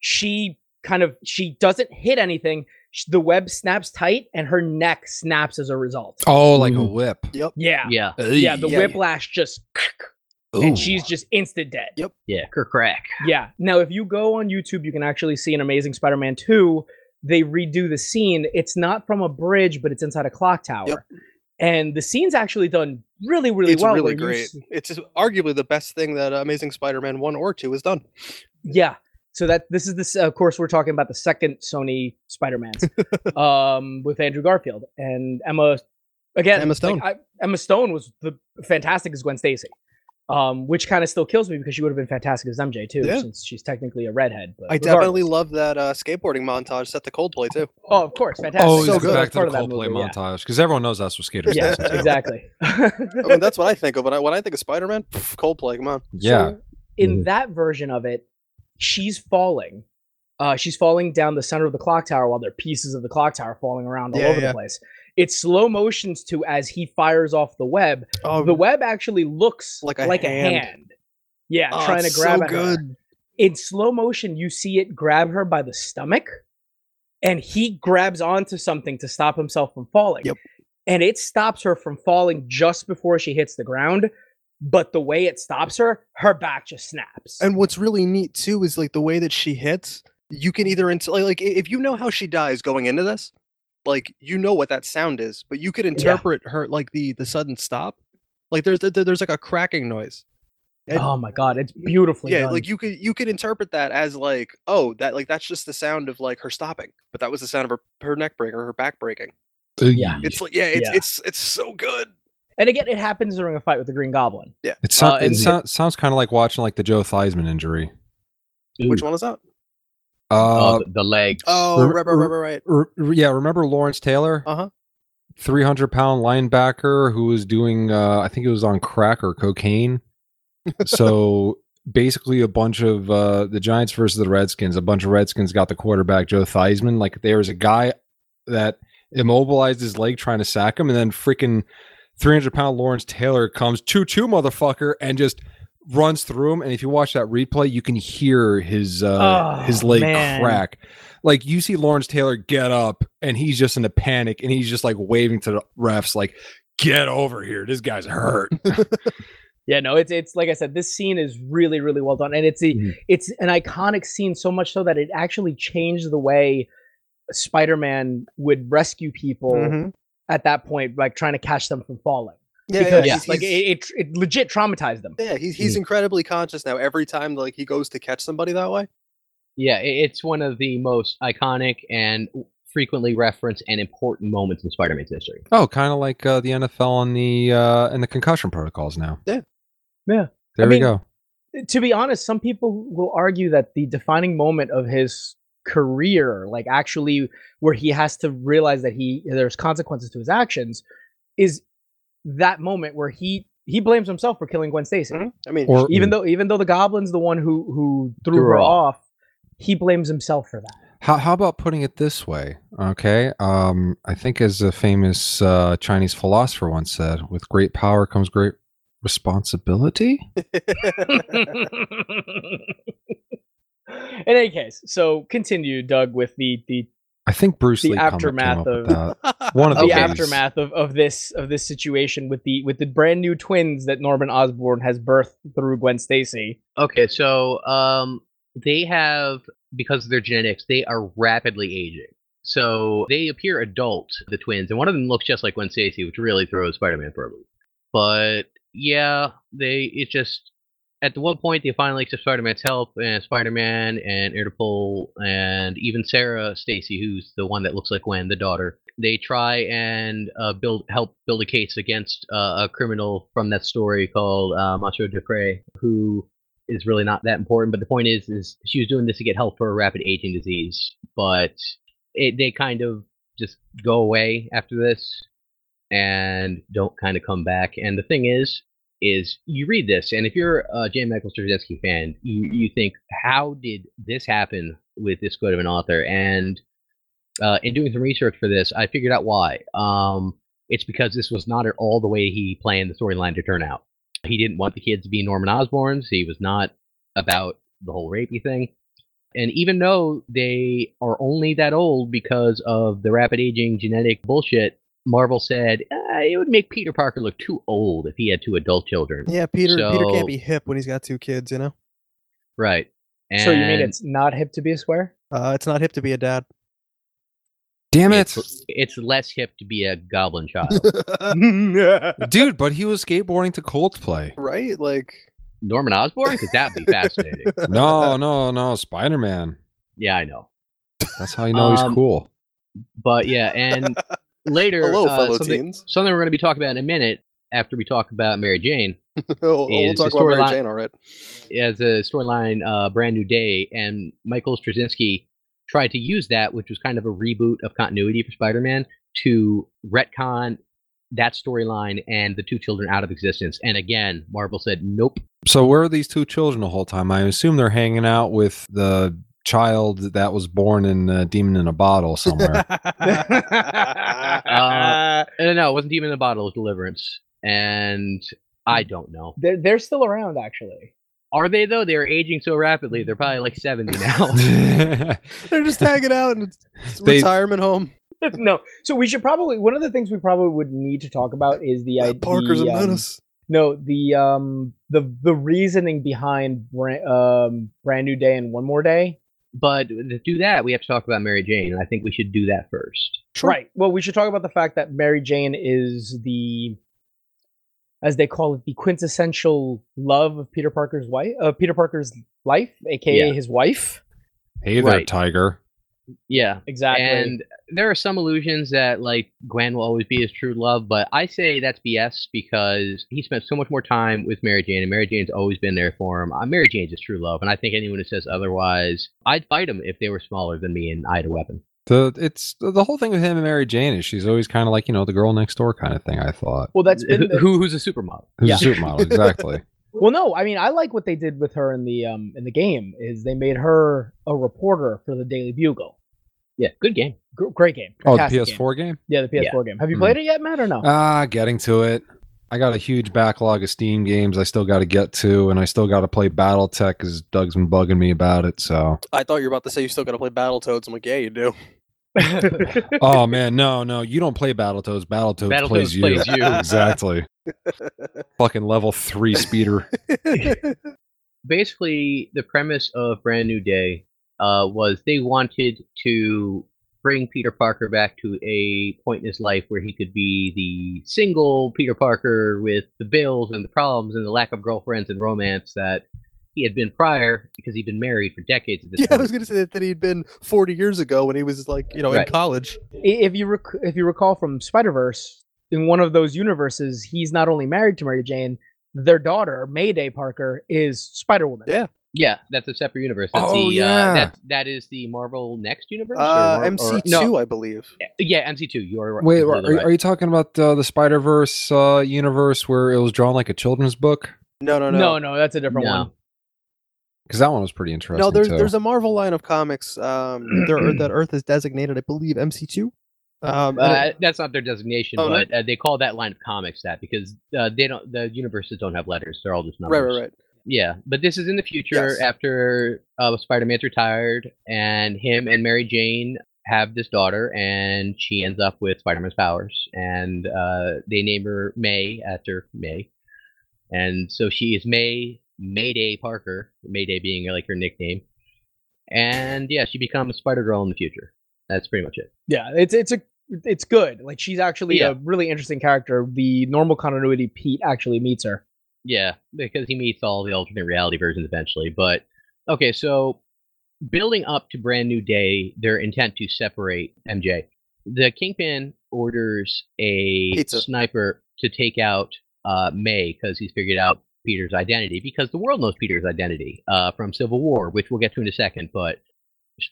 she kind of she doesn't hit anything. Sh the web snaps tight, and her neck snaps as a result.
oh, like a
Mhm.
whip.
Yeah,
Yeah,
yeah. The
Yeah, yeah.
whiplash just, and
Ooh.
she's just instant dead.
Yep.
yeah. Kirk crack.
Yeah. Now, if you go on YouTube, you can actually see an Amazing Spider-Man two they redo the scene. It's not from a bridge, but it's inside a clock tower.
Yep.
And the scene's actually done really, really
it's
well.
really
where you
great.
see-
It's just arguably the best thing that uh, Amazing Spider-Man one or two has done.
yeah. So that this is this. Of course, we're talking about the second Sony
<laughs>
Spider-Man's um, with Andrew Garfield and Emma. Again,
Emma
like,
Stone.
I, Emma Stone was the fantastic as Gwen Stacy, um, which kind of still kills me because she would have been fantastic as MJ too,
Yeah.
since she's technically a redhead. But
I definitely love that uh, skateboarding montage set to Coldplay too.
Oh, of course, fantastic.
Always
so
go
good.
back to
That's
the
part of that
Coldplay
movie, yeah.
montage because everyone knows that's what skaters
Yeah, <laughs>
listen to.
exactly.
I mean, that's what I think of when I when I think of Spider-Man. pff, Coldplay, come on.
<laughs> Yeah. Mm-hmm.
So in
Mhm.
that version of it, she's falling. Uh, she's falling down the center of the clock tower while there are pieces of the clock tower falling around all
Yeah,
over
yeah.
the place. It's slow motions to as he fires off the web.
Oh,
the web actually looks
Like
like
a
a,
hand.
hand. Yeah,
oh,
trying to
it's
grab
so
at her.
good.
In slow motion, you see it grab her by the stomach, and he grabs onto something to stop himself from falling.
Yep.
And it stops her from falling just before she hits the ground. But the way it stops her, her back just snaps.
And what's really neat too is like the way that she hits. You can either int- like, like i- if you know how she dies going into this, like you know what that sound is, but you could interpret her like the the sudden stop. Like there's there- there's like a cracking noise. and-
oh my god, it's beautifully
Yeah,
done.
like you could you could interpret that as like oh that like that's just the sound of like her stopping, but that was the sound of her her neck break or her back breaking.
Uh,
Yeah.
It's like yeah, it's
Yeah.
it's it's so good.
and again, it happens during a fight with the Green Goblin.
It, sound,
Uh,
it
and-
sound- sounds kind of like watching like the Joe Theismann injury.
Which
Ooh.
one is that?
Uh,
Uh-huh.
Oh, the, the legs.
Oh,
re-
right, right, right, right.
r- r- yeah, remember Lawrence Taylor?
Uh-huh.
300 pound linebacker who was doing, uh, I think it was on crack or cocaine. so basically, a bunch of uh, the Giants versus the Redskins, a bunch of Redskins got the quarterback, Joe Theismann. Like, there was a guy that immobilized his leg trying to sack him, and then freaking 300 pound Lawrence Taylor comes, choo choo, motherfucker, and just runs through him and if you watch that replay you can hear his uh
Oh,
his leg
man.
crack like you see Lawrence Taylor get up and he's just in a panic and he's just like waving to the refs like get over here this guy's hurt
Yeah, no, it's it's like I said, this scene is really, really well done. And it's a,
Mm-hmm.
Mhm.
it's an iconic scene so much so that it actually changed the way Spider-Man would rescue people
Mhm.
at that point, like trying to catch them from falling.
Yeah,
because
yeah,
like it,
he's-
it, it legit traumatized them.
yeah, he's he's incredibly conscious now. Every time like he goes to catch somebody that way.
Yeah, i- it's one of the most iconic and frequently referenced and important moments in Spider-Man's history.
oh kind of like uh, the NFL on the uh and the concussion protocols now
Yeah.
Yeah.
there
I
we
mean-
go
To be honest, some people will argue that the defining moment of his career, like actually where he has to realize that he there's consequences to his actions, is that moment where he he blames himself for killing Gwen Stacy.
Mhm. I mean,
or
e-, even though even though the goblin's the one who who threw,
Threw her
her off. he blames himself
<laughs>
for that
how, how about putting it this way okay um i think as a famous uh chinese philosopher once said with great power comes great responsibility
in any case so continue doug with the the,
i think bruce
The
lee come-
aftermath
came up with
of-
<laughs>
that. one of
<laughs> the
these.
aftermath of, of this of this situation with the with the brand new twins that norman osborn has birthed through gwen stacy
Okay, so um, they have because of their genetics, they are rapidly aging. So they appear adult, the twins, and one of them looks just like Gwen Stacy, which really throws Spider-Man for a loop. But yeah, they it just at the one point they finally accept Spider-Man's help, and Spider-Man and Interpol and even Sarah Stacy, who's the one that looks like Gwen, the daughter, they try and uh, build help build a case against uh, a criminal from that story called uh, Macho Dupre, who is really not that important. But the point is, is she was doing this to get help for a rapid aging disease, but it, they kind of just go away after this and don't kind of come back. And the thing is, is you read this, and if you're a J. Michael Straczynski fan, you, you think, how did this happen with this good of an author? And uh, in doing some research for this, I figured out why. Um, it's because this was not at all the way he planned the storyline to turn out he didn't want the kids to be Norman Osborns. He was not about the whole rapey thing. And even though they are only that old because of the rapid aging genetic bullshit, Marvel said uh, it would make Peter Parker look too old if he had two adult children.
Yeah, Peter. Peter
So-
can't be hip when he's got two kids. You know,
Right.
<laughs>
And
so you mean it's not hip to be a square
uh, it's not hip to be a dad.
Damn it.
It's, it's less hip to be a goblin child.
Dude, but he was skateboarding to Coldplay.
<laughs> right? Like
Norman Osborn? Because that'd
<laughs>
be fascinating.
No,
<laughs>
no, no. Spider Man.
yeah, I know.
That's how you know he's
Um,
cool.
But yeah, and later,
hello,
uh,
fellow
something,
teens. <laughs>
something we're going to be talking about in a minute after we talk about Mary Jane
Oh, we'll
is the
talk about Mary
storyline-
Jane, all right.
as a storyline, uh, Brand New Day, and Michael Straczynski tried to use that, which was kind of a reboot of continuity for Spider Man, to retcon that storyline and the two children out of existence. And again, Marvel said, nope.
So where are these two children the whole time? I assume they're hanging out with the child that was born in a demon in a
<laughs>
bottle somewhere.
Uh,
Uh, no, it wasn't Demon in a Bottle, it was Deliverance. And I don't know.
they're, they're still around, actually. <laughs>
Are they, though? They're aging so rapidly. They're probably like 70 <laughs>
<laughs>
now.
They're just hanging out in a
They-
retirement home.
no, so we should probably one of the things we probably would need to talk about is the idea.
Parker's a
um,
menace.
No, the um the the reasoning behind brand, um brand new day and one more day.
but to do that, we have to talk about Mary Jane. And I think we should do that first.
Right. Well, we should talk about the fact that Mary Jane is the as they call it the quintessential love of Peter Parker's wife of Peter Parker's life, aka
Yeah.
his wife.
hey there,
Right.
tiger.
Yeah.
Exactly.
And there are some illusions that like Gwen will always be his true love, but I say that's BS because he spent so much more time with Mary Jane, and Mary Jane's always been there for him. Uh, Mary Jane's his true love, and I think anyone who says otherwise, I'd fight him if they were smaller than me and I had a weapon.
The it's the whole thing with him and Mary Jane is she's always kind of like you know the girl next door kind of thing. I thought
well, that's
<laughs>
been
who,
the-
who- who's a supermodel.
who's
Yeah.
a
<laughs>
supermodel exactly.
Well, no, I mean, I like what they did with her in the um in the game is they made her a reporter for the Daily Bugle.
Yeah, good game.
Gr- great game.
oh, the
fantastic game.
PS4 game.
Yeah, the PS4 game.
Hmm.
Have you played it yet, Matt, or no?
Ah, getting to it. I got a huge backlog of Steam games I still got to get to, and I still got to play BattleTech because Doug's been bugging me about it. So,
I thought you were about to say you still got to play Battletoads. I'm like, yeah, you do.
Uh,
oh man, no, no, you don't play Battletoads. Battletoads,
Battletoads
plays you.
plays you.
<laughs> exactly. Fucking level three speeder.
basically the premise of Brand New Day uh, was they wanted to bring Peter Parker back to a point in his life where he could be the single Peter Parker with the bills and the problems and the lack of girlfriends and romance that he had been prior because he'd been married for decades at this
<laughs>
yeah, I
point.
was going to say that, that he'd been 40 years ago when he was like, you know,
Right.
in college.
I- if you rec- if you recall from Spider Verse, in one of those universes, he's not only married to Mary Jane, their daughter Mayday Parker is Spider Woman.
Yeah.
yeah, that's a separate universe. That's
Oh,
the,
yeah.
uh, that, that is the Marvel Next universe? or
Uh,
Mar- or-
MC2,
no,
I believe.
yeah, MC2. You are
Wait, are,
completely
are,
right.
are you talking about uh, the Spider Verse uh, universe where it was drawn like a children's book?
No, no, no.
No, no, that's a different
No.
one.
Because that one was pretty interesting.
No, there's
too.
there's a Marvel line of comics um, there, that Earth is designated, I believe, MC2. Um, and it-
Uh, that's not their designation,
Oh, no?
but uh, they call that line of comics that because uh, they don't. The universes don't have letters; they're all just numbers.
<laughs> right, right, right.
Yeah, but this is in the future
Yes.
after uh, Spider-Man's retired, and him and Mary Jane have this daughter, and she ends up with Spider-Man's powers, and uh, they name her May after May, and so she is May Mayday Parker, Mayday being like her nickname, and yeah, she becomes Spider-Girl in the future. That's pretty much it.
Yeah, it's it's a it's good. Like she's actually a
Yeah.
really interesting character. The normal continuity Pete actually meets her.
Yeah, because he meets all the alternate reality versions eventually. But okay, so building up to Brand New Day, their intent to separate MJ, the Kingpin orders a
Pizza.
sniper to take out uh, May because he's figured out Peter's identity, because the world knows Peter's identity uh, from Civil War, which we'll get to in a second. But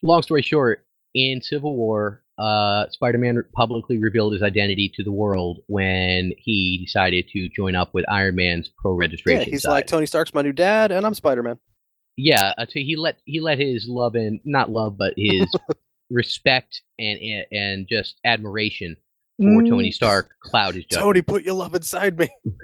long story short, in Civil War, uh, Spider-Man publicly revealed his identity to the world when he decided to join up with Iron Man's pro-registration.
Yeah, he's
side.
like Tony Stark's my new dad, and I'm Spider Man.
yeah. uh, So he let he let his love and not love, but
<laughs>
his respect and and- and just admiration for
Mm.
Tony Stark cloud his judgment.
Tony, put your love inside me. <laughs>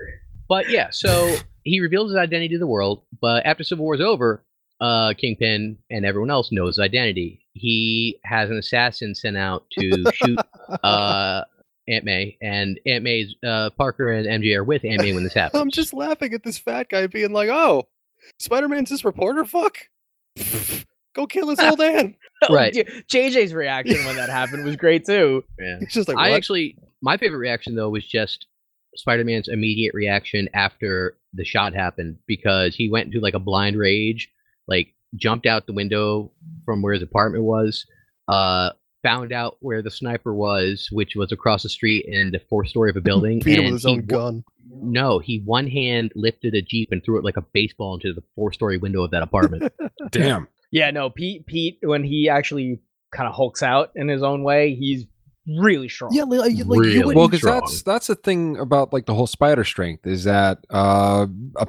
But yeah, so he reveals his identity to the world. But after Civil War is over, uh, Kingpin and everyone else knows his identity. He has an assassin sent out to shoot uh, Aunt May, and Aunt May's uh, Parker and MJ are with Aunt May when this happens.
I'm just laughing at this fat guy being like, "Oh, Spider Man's this reporter fuck." <laughs> Go kill his old man.
<laughs>
Oh,
Right.
dude, JJ's reaction when that happened was great too.
Yeah.
It's just like
I
what?
actually, my favorite reaction though was just Spider-Man's immediate reaction after the shot happened because he went into like a blind rage, like jumped out the window from where his apartment was, uh, found out where the sniper was, which was across the street in the fourth
<laughs>
story of a building.
beat him with
and
his
he
own
wa-
gun.
No, he one hand lifted a jeep and threw it like a baseball into the four-story window of that apartment.
<laughs>
Damn.
Yeah, no, Pete Pete when he actually kind of hulks out in his own way, he's really strong.
Yeah, li- like, you
Really?
wouldn't-
Well,
He's
because that's that's the thing about like the whole spider strength is that uh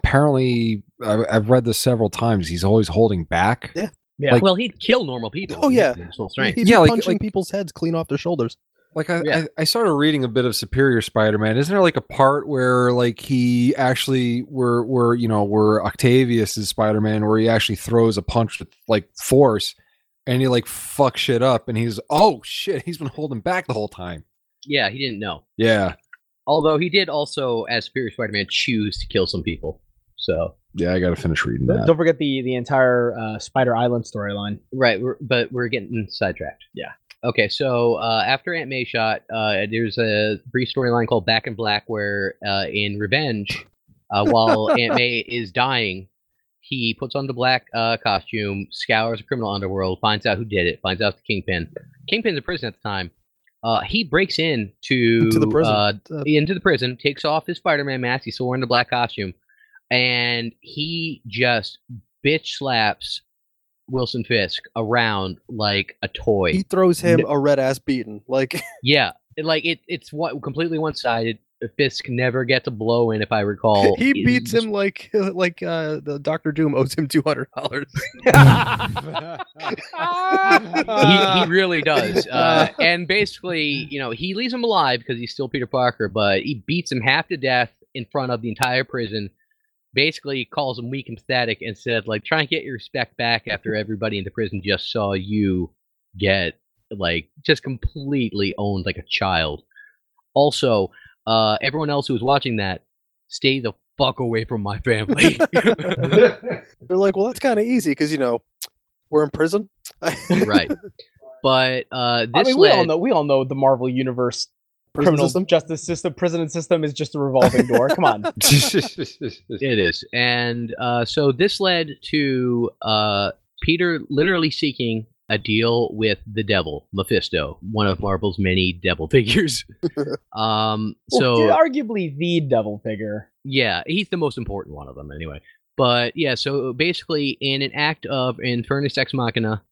apparently I, I've read this several times. He's always holding back.
Yeah.
Yeah.
well, he'd kill normal people.
Oh,
with
yeah.
his Personal strength.
He's
Yeah, like-
punching
like-
people's heads clean off their shoulders.
Like I,
Yeah.
I, I started reading a bit of Superior Spider-Man. Isn't there like a part where like he actually where where you know where Octavius is Spider-Man where he actually throws a punch with like force and he like fucks shit up and he's oh shit he's been holding back the whole time.
Yeah, he didn't know.
Yeah.
Although he did also, as Superior Spider-Man, choose to kill some people. So
Yeah, I gotta finish reading
Don't-
that.
Don't forget the the entire uh, Spider Island storyline.
right, we're, but we're getting sidetracked.
Yeah.
Okay, so uh, after Aunt May shot, uh, there's a brief storyline called Back in Black, where uh, in Revenge,
<laughs>
uh, while Aunt May is dying, he puts on the black uh, costume, scours the criminal underworld, finds out who did it, finds out the Kingpin. Kingpin's in prison at the time. Uh, he breaks in to,
To the prison.
uh,
Uh,
into the prison, takes off his Spider Man mask. He's still wearing the black costume. And he just bitch slaps Wilson Fisk around like a toy.
he throws him a red ass beating. Like
yeah. it- like it, it's one, completely one sided. Fisk never gets a blow in, if I
<laughs>
recall.
he
He's
beats
Oh, just-
him like <laughs> like uh, the Doctor Doom owes him two hundred dollars. <laughs>
<laughs> He, he really
<laughs>
does. Uh, and basically, you know, he leaves him alive because he's still Peter Parker, but he beats him half to death in front of the entire prison. Basically, calls him weak and pathetic and said, like, try and get your respect back after everybody in the prison just saw you get, like, just completely owned like a child. Also, uh, everyone else who was watching that, stay the fuck away from my
<laughs>
family. <laughs>
They're like, well, that's kind of easy because you know we're in prison. <laughs>
right. But uh, this
I mean, we all
led-
know we all know the Marvel universe
Prison
criminal
system?
justice system, prison system is just a revolving door.
<laughs>
Come on.
It is. And uh, so this led to uh, Peter literally seeking a deal with the devil, Mephisto, one of Marvel's many devil
<laughs>
figures. um, so,
Well, arguably the devil figure.
yeah, he's the most important one of them anyway. But yeah, so basically, in an act of Infernus Ex Machina,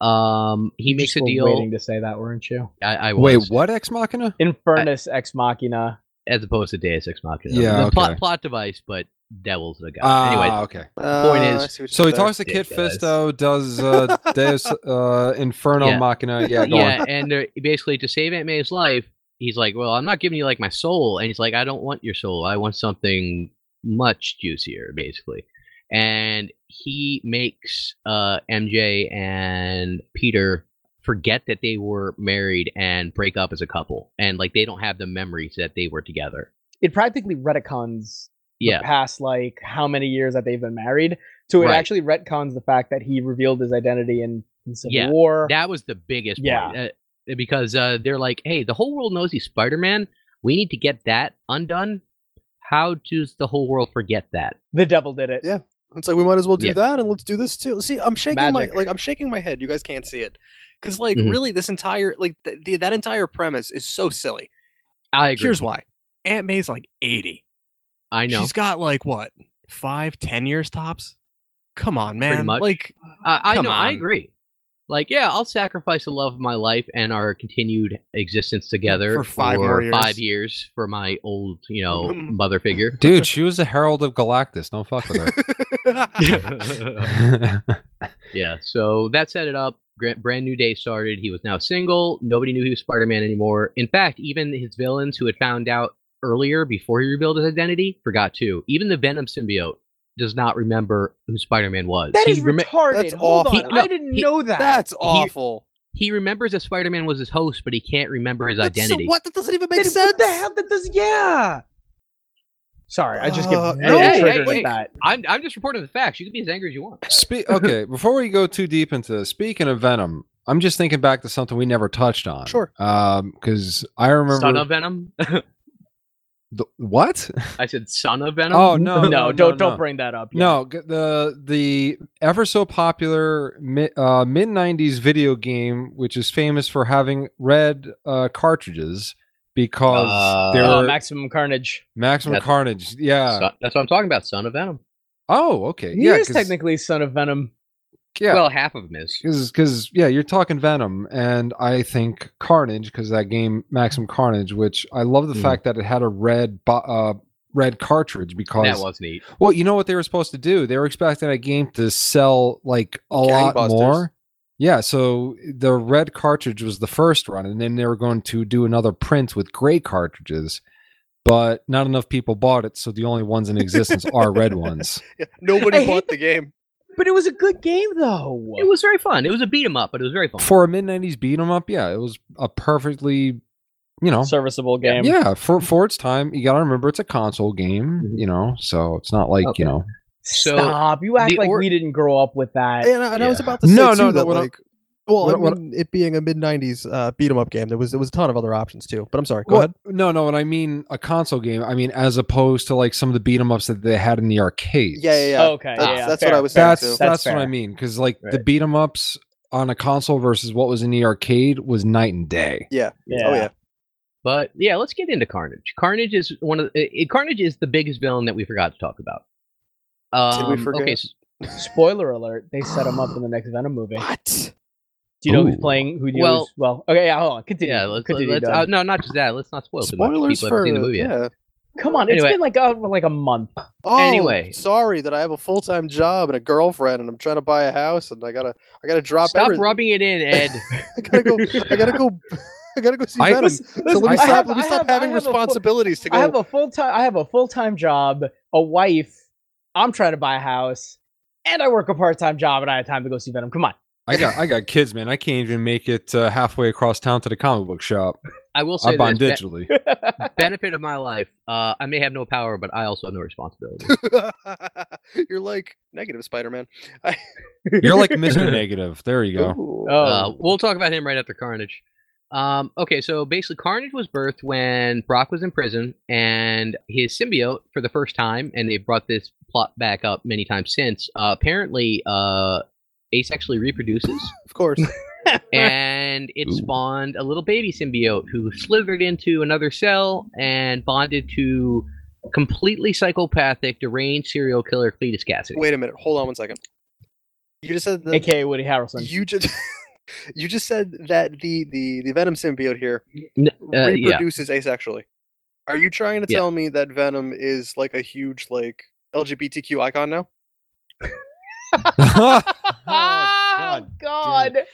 um, he
You
makes
just
a
were
deal.
Waiting to say that, weren't you?
<laughs>
I, I was,
Wait, what ex machina?
Infernus ex machina.
As opposed to Deus Ex Machina.
Yeah,
The plot,
okay.
plot device, but devil's the guy. anyway,
Ah, okay.
point is-
Uh, I see what
So
you
he
did
talks to Kit
ridiculous.
Fisto, does uh, Deus uh, Inferno
Yeah.
Machina. Yeah, go
yeah,
on.
and they're, basically to save Aunt May's life, he's like, "Well, I'm not giving you like my soul," and he's like, "I don't want your soul. I want something much juicier, basically." And he makes uh, MJ and Peter forget that they were married and break up as a couple, and like they don't have the memories that they were together.
It practically retcons the
Yeah,
past like how many years that they've been married. So it
Right.
actually retcons the fact that he revealed his identity in, in Civil
Yeah,
War.
that was the biggest
Yeah.
point. uh, because uh, they're like, hey, the whole world knows he's Spider Man. We need to get that undone. How does the whole world forget that?
the devil did it.
Yeah. It's like we might as well do
Yeah.
that, and let's do this too. See, I'm shaking
Magic.
my like I'm shaking my head. You guys can't see it, because like
Mhm.
really, this entire like th- the, that entire premise is so silly.
I agree.
Here's why: Aunt May's like 80.
I know.
She's got like what five, ten years tops. Come on,
Pretty
man.
much.
<laughs> Like
I, I
come
know. I
on.
agree. Like, yeah, I'll sacrifice the love of my life and our continued existence together
For five more years.
five years for my old,
<laughs>
you know, mother figure.
Dude, she was the Herald of Galactus. Don't fuck with
<laughs>
her.
yeah. So that set it up. Gra- Brand new day started. He was now single. Nobody knew he was Spider Man anymore. In fact, even his villains who had found out earlier before he revealed his identity forgot too. Even the Venom symbiote does not remember who Spider Man was.
That
He
is
remem-
retarded.
that's
Hold
awful.
on.
He- no,
I didn't
he-
know that.
that's awful.
he remembers that Spider Man was his host, but he can't remember his
That's so-
identity.
<laughs> what? That doesn't even
Then
make
What
sense.
the hell? That does yeah. Sorry, I just get
Uh,
really
no,
hey,
triggered
hey,
at
hey.
that.
I'm, I'm just reporting the facts. You can be as angry as you want.
Spe- okay, before we go too deep into this, speaking of Venom, I'm just thinking back to something we never touched on.
Sure.
Because I remember
Son of Venom.
the- what?
I said son of Venom.
Oh no,
<laughs> No,
no,
don't
no,
don't
no.
bring that up. yeah.
No, g- the the ever so popular mid uh, mid '90s video game, which is famous for having red uh, cartridges because
Uh,
they
Uh,
were
maximum carnage.
maximum
That's-
carnage.
Uh,
Yeah.
Son- that's what I'm talking about. Son of Venom.
oh, okay.
He
yeah,
is
'cause-
technically son of Venom.
yeah.
Well, half of them is.
because yeah you're talking venom and i think carnage because that game maximum carnage which i love the
Mhm.
fact that it had a red bo- uh red cartridge because
That was neat.
well you know what they were supposed to do they were expecting that game to sell like a lot
Gangbusters.
more yeah so the red cartridge was the first run and then they were going to do another print with gray cartridges but not enough people bought it so the only ones in existence
<laughs>
are red ones
I
Nobody
hate
bought the game.
But it was a good game though.
It was very fun. It was a beat 'em up, but it was very fun.
for a mid 90s beat 'em up yeah it was a perfectly you know
serviceable game.
Yeah, for for its time, you gotta remember it's a console
Mm-hmm.
game, you know, so it's not like
Okay.
you know.
So,
Stop. You act
the
like
or-
we didn't grow up with that.
And, I, and I was
Yeah.
about to say
No,
too,
no, no,
that
what I'm-
like, well, I
what- what-
mean, it being a mid '90s uh, beat 'em up game, there was there was a ton of other options too. But I'm sorry, go
Well,
ahead.
No, no, what I mean a console game, I mean as opposed to like some of the beat 'em ups that they had in the arcades.
Yeah, yeah, yeah.
Oh,
okay.
That's-
yeah,
that's
fair.
what I was saying.
That's
too.
that's,
That's
what I
fair.
mean because like the
Right.
beat 'em ups on a console versus what was in the arcade was night and day.
Yeah.
Oh yeah,
but yeah, let's get into Carnage. Carnage is one of the, uh, Carnage is the biggest villain that we forgot to talk about.
Did we
Um,
forget?
Okay, s-
Spoiler alert, they set him up in the next Venom movie.
what?
Do you know who's
Ooh.
playing who you
Well-
well, well okay, yeah, hold on. Continue.
yeah, let's,
continue,
let's
Doug.
uh, no, not just that. Let's not spoil too much.
Spoilers
People
for
haven't seen the movie yet.
yeah.
Come on,
Anyway.
it's been like uh, like a month.
Oh,
Anyway.
sorry that I have a full time job and a girlfriend, and I'm trying to buy a house, and I gotta, I gotta drop.
Stop
everything.
rubbing it in, Ed.
I <laughs> gotta go. I gotta go. <laughs> I gotta go see
I-
Venom.
Listen,
so let me
I
stop.
have-
let me
I
stop
have- I
having
have a full-
responsibilities to go.
I have a full time I have a full time job, a wife, I'm trying to buy a house, and I work a part time job and I have time to go see Venom. Come on.
I got I got kids, man. I can't even make it uh, halfway across town to the comic book shop.
<laughs>
I will say
I bond
this,
digitally.
be- benefit of my life. Uh, I may have no power, but I also have no responsibility.
<laughs> You're like negative Spider-Man.
You're
<laughs>
like Mr. Negative. There you go.
Ooh.
Oh,
Uh, we'll talk about him right after Carnage. Um, okay, so basically, Carnage was birthed when Brock was in prison, and his symbiote, for the first time, and they brought this plot back up many times since. Uh, apparently, uh, asexually reproduces,
of course.
and it
Ooh.
spawned a little baby symbiote who slithered into another cell and bonded to completely psychopathic, deranged serial killer Cletus Cassidy.
Wait a minute. Hold on one second. You just said that
AKA Woody Harrelson.
you just <laughs> you just said that the the the Venom symbiote here
N- uh, yeah.
reproduces asexually. Are you trying to
Yeah.
tell me that Venom is like a huge like LGBTQ icon now?
Oh, God.
I,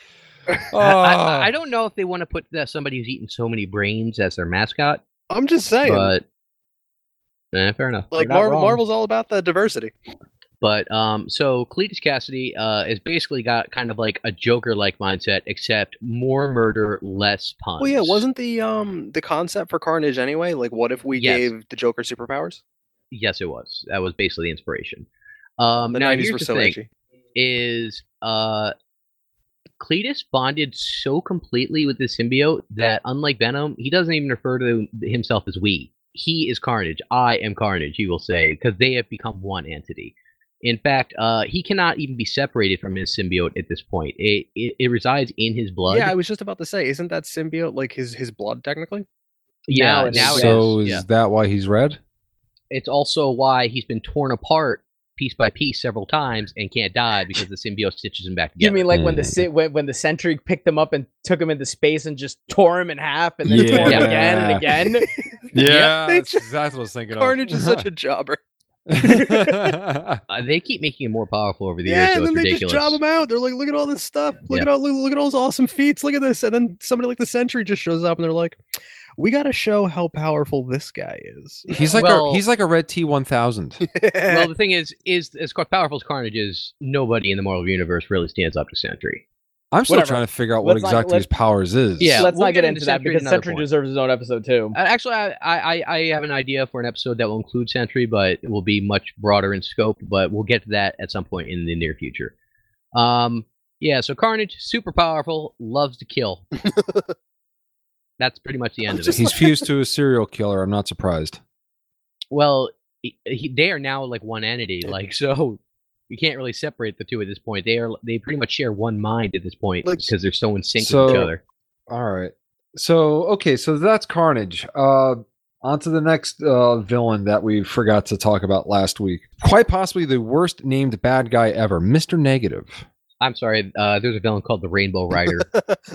<laughs> Oh.
I, I don't know if they want to put uh, somebody who's eaten so many brains as their mascot,
I'm just saying.
but eh, fair enough.
Oh, like
you're not
Mar-
wrong.
Marvel's all about that diversity.
But um, so Cletus Cassidy uh, has basically got kind of like a Joker-like mindset, except more murder, less puns.
Well, yeah, wasn't the um the concept for Carnage anyway? Like, what if we
Yes.
gave the Joker superpowers?
Yes, it was. That was basically the inspiration. Um,
The
now
nineties
here's
were
the
so
thing.
edgy.
is uh Cletus bonded so completely with the symbiote that unlike Venom, he doesn't even refer to himself as we. He is Carnage. I am Carnage, he will say, because they have become one entity. In fact, uh, he cannot even be separated from his symbiote at this point. It it, it resides in his blood.
Yeah, I was just about to say, isn't that symbiote like his his blood technically?
yeah.
now it
now it
so
is.
is
Yeah.
that why he's red?
It's also why he's been torn apart piece by piece several times and can't die because the symbiote stitches him back together.
You mean like when the
Mm.
si- when, when the sentry picked them up and took them into space and just tore him in half and then tore him again and
<laughs>
Yeah.
again?
Yeah, they ju-
exactly what I was thinking.
Carnage is such a jobber.
a.
Uh, they keep making him more powerful over <laughs> the years,
Yeah, and
so it's
then they
ridiculous.
just job him out. They're like, look at all this stuff. Look
Yeah.
at all look, look at all those awesome feats. Look at this. And then somebody like the Sentry just shows up, and they're like, we got to show how powerful this guy is.
<laughs> he's like
Well-
a he's like a red T one thousand.
Eh. <laughs>
well, the thing is, is as co- powerful as Carnage is, nobody in the Marvel universe really stands up to Sentry.
I'm still
Whatever.
trying to figure out what
Let's not-
exactly his
let's-
powers is.
Yeah,
let's
we'll
not
get
get
into
into that
Sentry at
because
another
Sentry
point.
deserves his own episode too.
Uh, Actually, I, I, I- I have an idea for an episode that will include Sentry, but it will be much broader in scope. But we'll get to that at some point in the near future. Um, yeah. So Carnage, super powerful, loves to kill. That's pretty much the end of it.
He's fused to a serial killer. I'm not surprised.
Well, he, he, they are now like one entity. Like so, you can't really separate the two at this point. They are they pretty much share one mind at this point
Like-
because they're so in sync with each
So-
other.
All right. So okay, so that's Carnage. Uh on to the next uh villain that we forgot to talk about last week. Quite possibly the worst named bad guy ever, Mr. Negative.
I'm sorry. Uh, there's a villain called
<laughs>
the Rainbow Rider.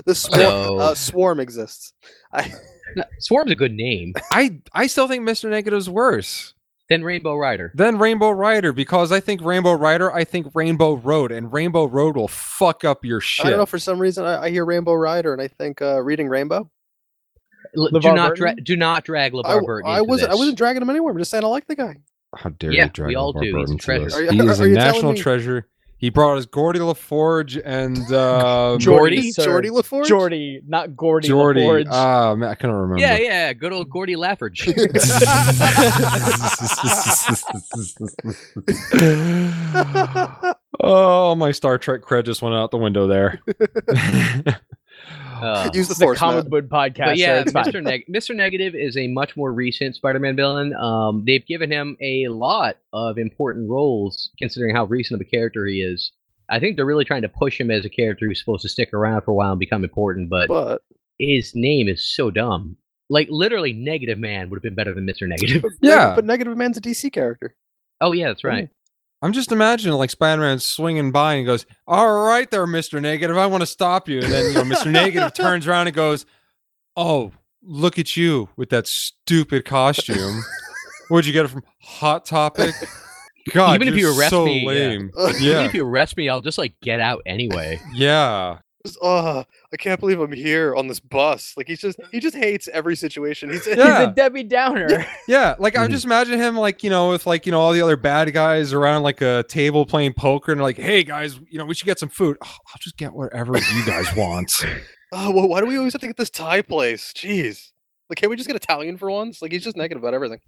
the swarm,
So-
uh, swarm exists. I,
Swarm's a good name.
I I still think Mr. Negative's worse
Then Rainbow Rider.
than Rainbow Rider because I think Rainbow Rider, I think Rainbow Road, and Rainbow Road will fuck up your shit.
I don't know. For some reason, I, I hear Rainbow Rider, and I think uh, reading Rainbow.
L- do
LeVar
not dra-
Burton?
do not drag LeVar
I,
Burton.
I
into
wasn't. I
this.
wasn't dragging him anywhere. I'm just saying I like the guy.
How dare
Yeah,
you drag
we all
LeVar
do. He's a
Burton to
treasure.
this.
Are you-
He is
are
a
you telling
national
me-
treasure. He brought us Gordy LaForge and uh,
Jordy, sir.
Jordy LaForge.
Jordy, not Gordy.
Jordy.
LaForge.
uh,
Ah, man, I couldn't
<laughs>
remember.
Yeah, yeah. Good old Gordy Laffridge.
<laughs> oh, my Star Trek cred just went out the window there.
Uh,
Use the
It's a
force. Matt.
comic book podcast.
but yeah,
sir, it's fine.
Mr. Neg- Mr. Negative is a much more recent Spider-Man villain. Um, they've given him a lot of important roles, considering how recent of a character he is. I think they're really trying to push him as a character who's supposed to stick around for a while and become important. But
But
his name is so dumb. Like literally, Negative Man would have been better than Mr. <laughs> Negative.
Yeah.
but Negative Man's a DC character.
oh yeah, that's right.
I'm just imagining like Spider-Man swinging by and goes, "All right, there, Mister Negative, I want to stop you." And then you know,
<laughs>
Mister Negative turns around and goes, "Oh, look at you with that stupid costume. Where'd you get it from? Hot Topic? God,
Even if
you're
you arrest
so
me, yeah.
lame.
<laughs> Even
Yeah,
if you arrest me, I'll just like get out anyway. <laughs>
yeah.
Just, "Ugh, I can't believe I'm here on this bus. Like he's just he just hates every situation. He's in.
Yeah.
He's a Debbie Downer.
Yeah, like I
Mhm.
just imagine him like you know with like you know all the other bad guys around like a table playing poker and like, hey guys, you know we should get some food. "Oh, I'll just get whatever you guys want.
Oh, well, why do we always have to get this Thai place? Jeez. Like, can't we just get Italian for once? Like he's just negative about everything.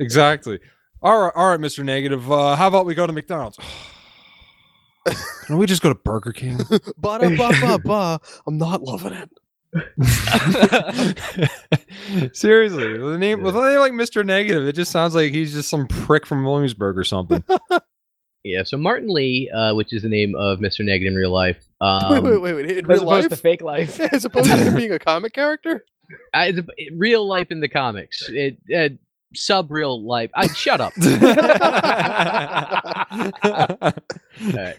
exactly. All right, all right, Mister Negative. Uh, how about we go to McDonald's? <sighs> Can we just go to
<laughs>
Burger King?
Ba da ba ba <laughs> ba. I'm not loving it.
Seriously, with a name
Yeah.
with a name like Mister Negative, it just sounds like he's just some prick from Williamsburg or something.
<laughs>
<laughs>
Yeah, so Martin Lee, uh, which is the name of Mr. Negative in real life, um,
wait, wait, wait, wait. In
<laughs>
real
as opposed
life,
to fake life.
<laughs> as opposed to him being a comic
<laughs>
character.
I, the, real life in the <laughs> comics, it, uh, sub real life. I shut up. All right.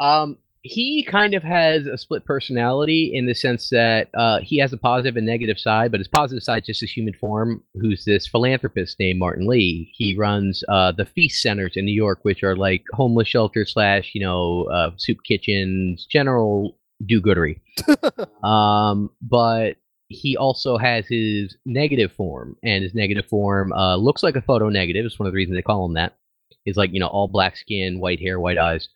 Um, he kind of has a split personality in the sense that uh, he has a positive and negative side, but his positive side is just his human form, who's this philanthropist named Martin Lee. He runs uh, the feast centers in New York, which are like homeless shelters slash, you know, uh, soup kitchens, general
<laughs>
do-goodery. um, but he also has his negative form, and his negative form uh, looks like a photo negative. It's one of the reasons they call him that. He's like, you know, all black skin, white hair, white eyes.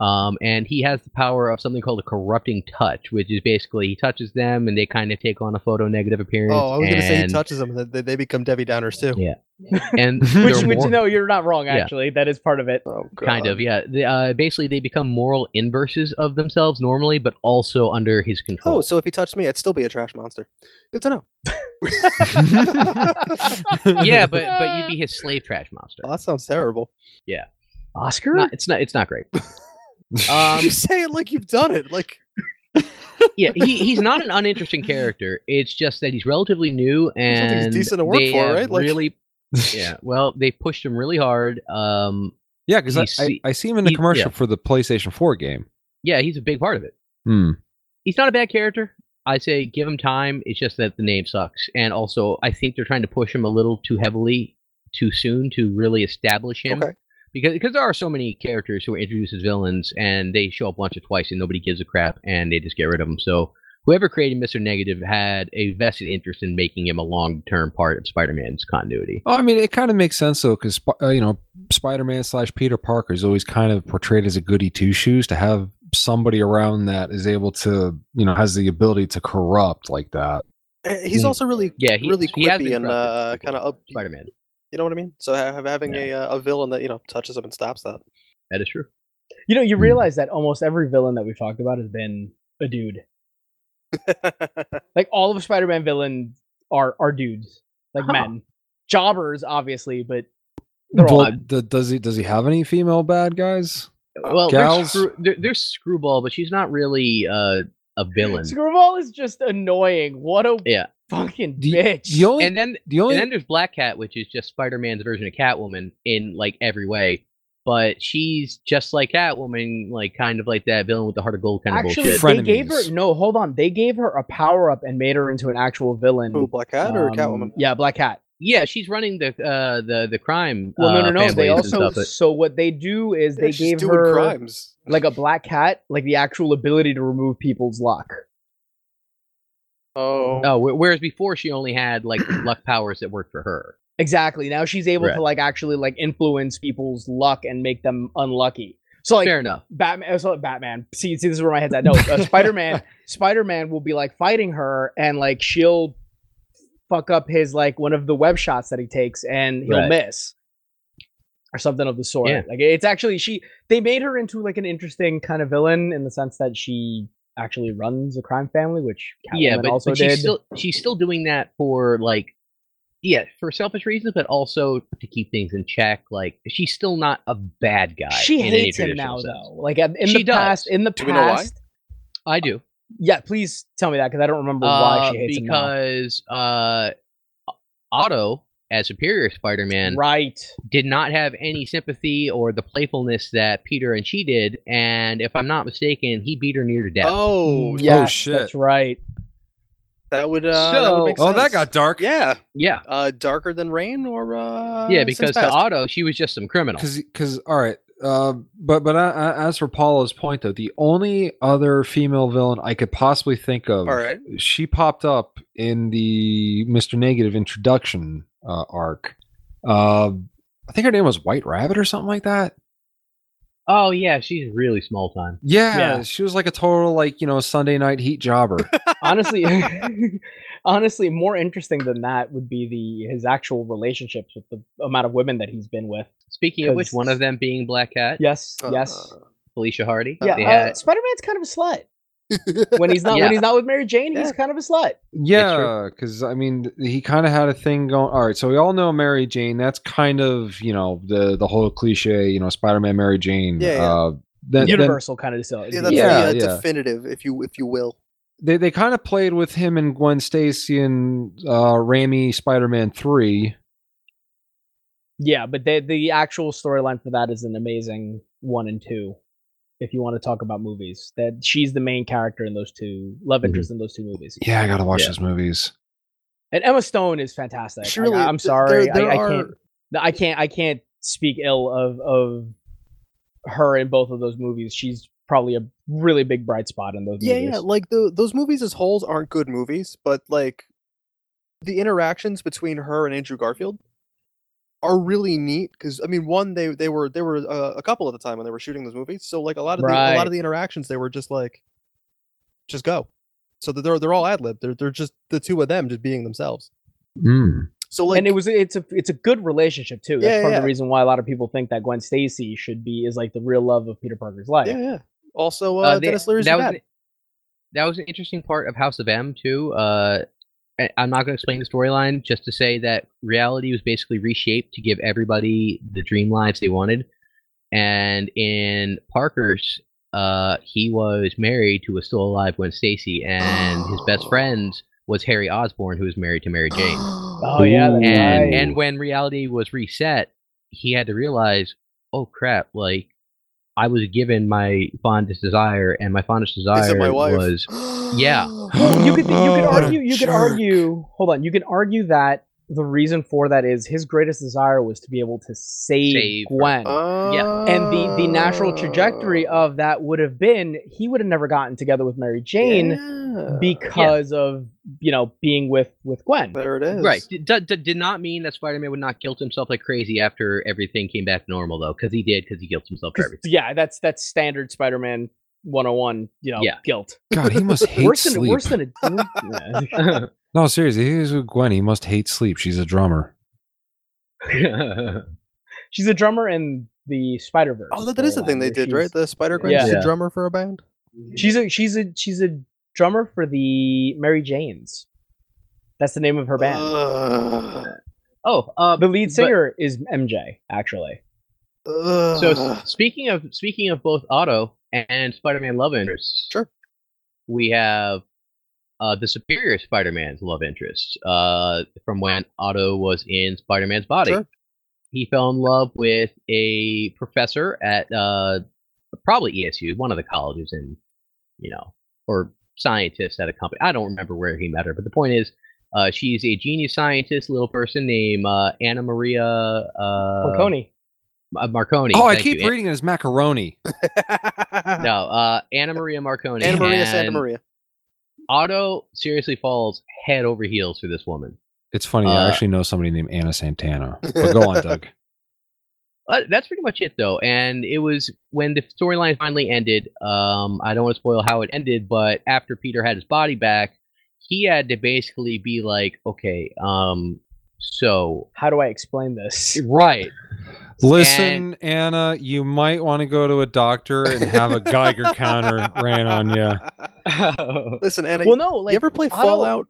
Um, and he has the power of something called a corrupting touch, which is basically he touches them and they kind of take on a photo negative appearance.
Oh, I was gonna say he
and-
touches them, and they, they become Debbie Downers too.
Yeah.
<laughs>
And they're
Which, which
more-
no, you're not wrong.
Yeah.
Actually, that is part of it.
Oh, God.
kind of, yeah. They, uh, basically, they become moral inverses of themselves normally, but also under his control.
Oh, so if he touched me, I'd still be a trash monster. Good to know. <laughs>
yeah, but but you'd be his slave trash monster.
Oh, that sounds terrible.
Oscar.
Not- it's not. It's not great. Um,
Uh,
you say it like you've done it. Like
yeah, he, he's not an uninteresting character. It's just that he's relatively new
something he's
and
decent to work
they
for,
have
right? Like- <laughs>
really, yeah. Well, they pushed him really hard. Um,
yeah, because
You
I,
see-
I, I see him in the
you-
commercial
yeah.
for the PlayStation 4 game.
yeah, he's a big part of it.
Hmm.
He's not a bad character. I say give him time. It's just that the name sucks, and also I think they're trying to push him a little too heavily, too soon to really establish him.
okay.
because because there are so many characters who are introduced as villains and they show up once or twice and nobody gives a crap and they just get rid of them. So whoever created Mister Negative had a vested interest in making him a long term part of Spider Man's continuity.
Well, Oh, I mean, it kind of makes sense though, because uh, you know, Spider-Man slash Peter Parker is always kind of portrayed as a goody two shoes. To have somebody around that is able to, you know, has the ability to corrupt like that.
Uh, He's
Mm.
also really,
Yeah, he-
really
he has been
quippy and
corrupted
uh,
before.
kind of up.
Spider-Man.
You know what I mean? So ha- have- having a uh, a villain that you know touches up and stops that. <laughs>
That is true.
You know, you
Hmm.
realize that almost every villain that we've talked about has been a dude. Like all of Spider-Man villain are are dudes, like
Huh.
men, jobbers obviously, but they're all
Well, d- does he does he have any female bad guys?
Oh.
Well, there's,
Gals?
screw, there, there's Screwball, but she's not really uh, a villain.
Screwball is just annoying. What a
Yeah.
fucking
The,
bitch.
the only
And then
the only
and then there's Black Cat, which is just Spider Man's version of Catwoman in like every way. But she's just like Catwoman, like kind of like that villain with the heart of gold kind of
Actually,
bullshit.
Fr-
they gave her
Frenemies.
no. Hold on, they gave her a power up and made her into an actual villain.
Who, Black Cat or
Um,
Catwoman?
Yeah, Black Cat.
yeah, she's running the uh, the the crime.
Well,
uh,
no, no, no. They
families and
also
stuff, but-
so what they do is they
Yeah, she's
gave
doing
her
crimes.
like a black cat, like the actual ability to remove people's luck.
Oh,
oh, wh- whereas before she only had like
<coughs>
luck powers that worked for her.
Exactly. Now she's able
Right.
to like actually like influence people's luck and make them unlucky. So like
Fair enough.
Batman, uh, so Batman. See, see, this is where my head's at.
<laughs>
No, uh, Spider Man. Spider Man will be like fighting her, and like she'll fuck up his like one of the web shots that he takes, and he'll
Right.
miss or something of the sort.
Yeah.
Like it's actually she. They made her into like an interesting kind of villain in the sense that she actually runs a crime family, which Catwoman
yeah, but,
also
but
did.
she's still she's still doing that for like yeah for selfish reasons, but also to keep things in check. Like she's still not a bad guy.
she
in any
hates him
traditional
now,
sense.
though. Like in in
She
the past,
does.
in the
Do
past,
we know why?
I do.
yeah. Please tell me that because I don't remember why
Uh,
she hates him
because uh, Otto as Superior
now.
Spider-Man
Right.
did not have any sympathy or the playfulness that Peter and she did, and if I'm not mistaken, he beat her near to death.
oh,
Yes,
shit.
That's right.
that would. Uh, that would
So-
make
Oh, that
sense.
got dark.
Yeah,
Yeah,
uh, darker than rain or uh,
yeah,
Since
because to
Past.
Otto, she was just some criminal.
because because all right uh, but but I, I, as for paula's point though the only other female villain i could possibly think of
all right,
she popped up in the mr negative introduction uh, arc uh, i think her name was white rabbit or something like that
Oh yeah, she's really small time.
yeah,
Yeah.
she was like a total like you know sunday night heat jobber
honestly <laughs> honestly more interesting than that would be the his actual relationships with the amount of women that he's been with
Speaking of which,
'Cause-
one of them being Black Cat,
yes yes
<laughs> Uh,
Felicia Hardy.
yeah,
they had-
uh, spider-man's kind of a slut when he's not
Yeah.
when he's not with mary jane he's
Yeah.
kind of a slut
Yeah, because I mean, th- he kind of had a thing going. All right, so we all know Mary Jane. That's kind of you know the the whole cliche, you know, Spider Man, Mary Jane.
Yeah, yeah.
Uh, then, then
universal kind of slut
yeah, that's
Yeah,
the uh,
yeah.
definitive, if you if you will.
they they kind of played with him and Gwen Stacy and uh, Raimi Spider Man three.
yeah but the, the actual storyline for that is an amazing one and two if you want to talk about movies that she's the main character in those two love
Mhm.
interest in those two movies
Yeah, I gotta watch
Yeah.
those movies.
and emma stone is fantastic
She
Like,
really-
i'm
th- there-
sorry
there
I, I
are-
can't No, I can't. I can't speak ill of of her in both of those movies. She's probably a really big bright spot in those
Yeah,
movies.
yeah. Like the those movies as wholes aren't good movies, but like the interactions between her and Andrew Garfield are really neat because I mean, one they they were they were uh, a couple at the time when they were shooting those movies, so like a lot of the, a lot
Right.
of the interactions they were just like, just go. So that they're they're all ad lib. They're they're just the two of them just being themselves.
Mm.
So like
and it was it's a it's a good relationship too. That's
Yeah,
part of
yeah.
the reason why a lot of people think that Gwen Stacy should be is like the real love of Peter Parker's life.
yeah, yeah. Also, uh,
they-
Dennis Leary's
that
your
was
dad.
an- that was an interesting part of House of M too. Uh, I- I'm not going to explain the storyline, just to say that reality was basically reshaped to give everybody the dream lives they wanted. And in Parker's, uh, he was married to a still alive Gwen Stacy, and his best friend was Harry Osborne, who was married to Mary Jane.
Oh yeah, that's
and
right.
and when reality was reset, he had to realize, oh crap, like I was given my fondest desire, and my fondest
Is
desire
it my wife? Oh,
was
<gasps>
yeah.
Well, <gasps> you
<gasps>
could you could
What a
argue you could argue. Hold on, you can argue that the reason for that is his greatest desire was to be able to save,
Save her.
Gwen.
yeah,
and the the natural
Oh.
trajectory of that would have been he would have never gotten together with Mary Jane because of you know being with with Gwen.
there it is.
right. Did, did, did not mean that Spider-Man would not guilt himself like crazy after everything came back to normal though, because he did, because he guilt himself for
'Cause-
everything.
yeah, that's that's standard Spider-Man 101, you know,
Yeah.
guilt.
God, he <laughs> must hate
worse
sleep.
than worse than a yeah.
No, seriously, he's with Gwen. He must hate sleep. She's a drummer.
She's a drummer in the Spider Verse.
Oh, that, that is the thing they did, right? The Spider Gwen,
Yeah.
she's
Yeah.
a drummer for a band.
She's a she's a she's a drummer for the Mary Janes. That's the name of her band.
Uh, Ugh.
<laughs>
<laughs>
oh, uh,
the lead
but-
singer is MJ, actually.
So
Ugh.
<laughs>
s- speaking of speaking of both Otto and Spider-Man love interests,
Sure.
we have uh, the superior Spider-Man's love interest uh, from when Otto was in Spider-Man's body.
Sure.
He fell in love with a professor at uh, probably ESU, one of the colleges, in you know, or scientist at a company. I don't remember where he met her, but the point is. Uh, she's a genius scientist, little person named uh, Anna Maria uh,
Marconi.
uh, Marconi.
oh, I
thank
keep
you.
reading it as macaroni.
No, uh, Anna Maria Marconi.
Anna Maria Santa
and
Maria.
Otto seriously falls head over heels for this woman.
It's funny. I
Uh,
actually know somebody named Anna Santana. But go <laughs> on, Doug.
Uh, that's pretty much it, though. And it was when the storyline finally ended. Um, I don't want to spoil how it ended, but after Peter had his body back, he had to basically be like, "Okay, um,
<laughs>
so
How do I explain this?
right,
Listen, Anna, you might want to go to a doctor and have a <laughs> Geiger
<laughs>
counter ran on you.
Listen, Anna,
Well, no, like
you ever play
Otto-
Fallout?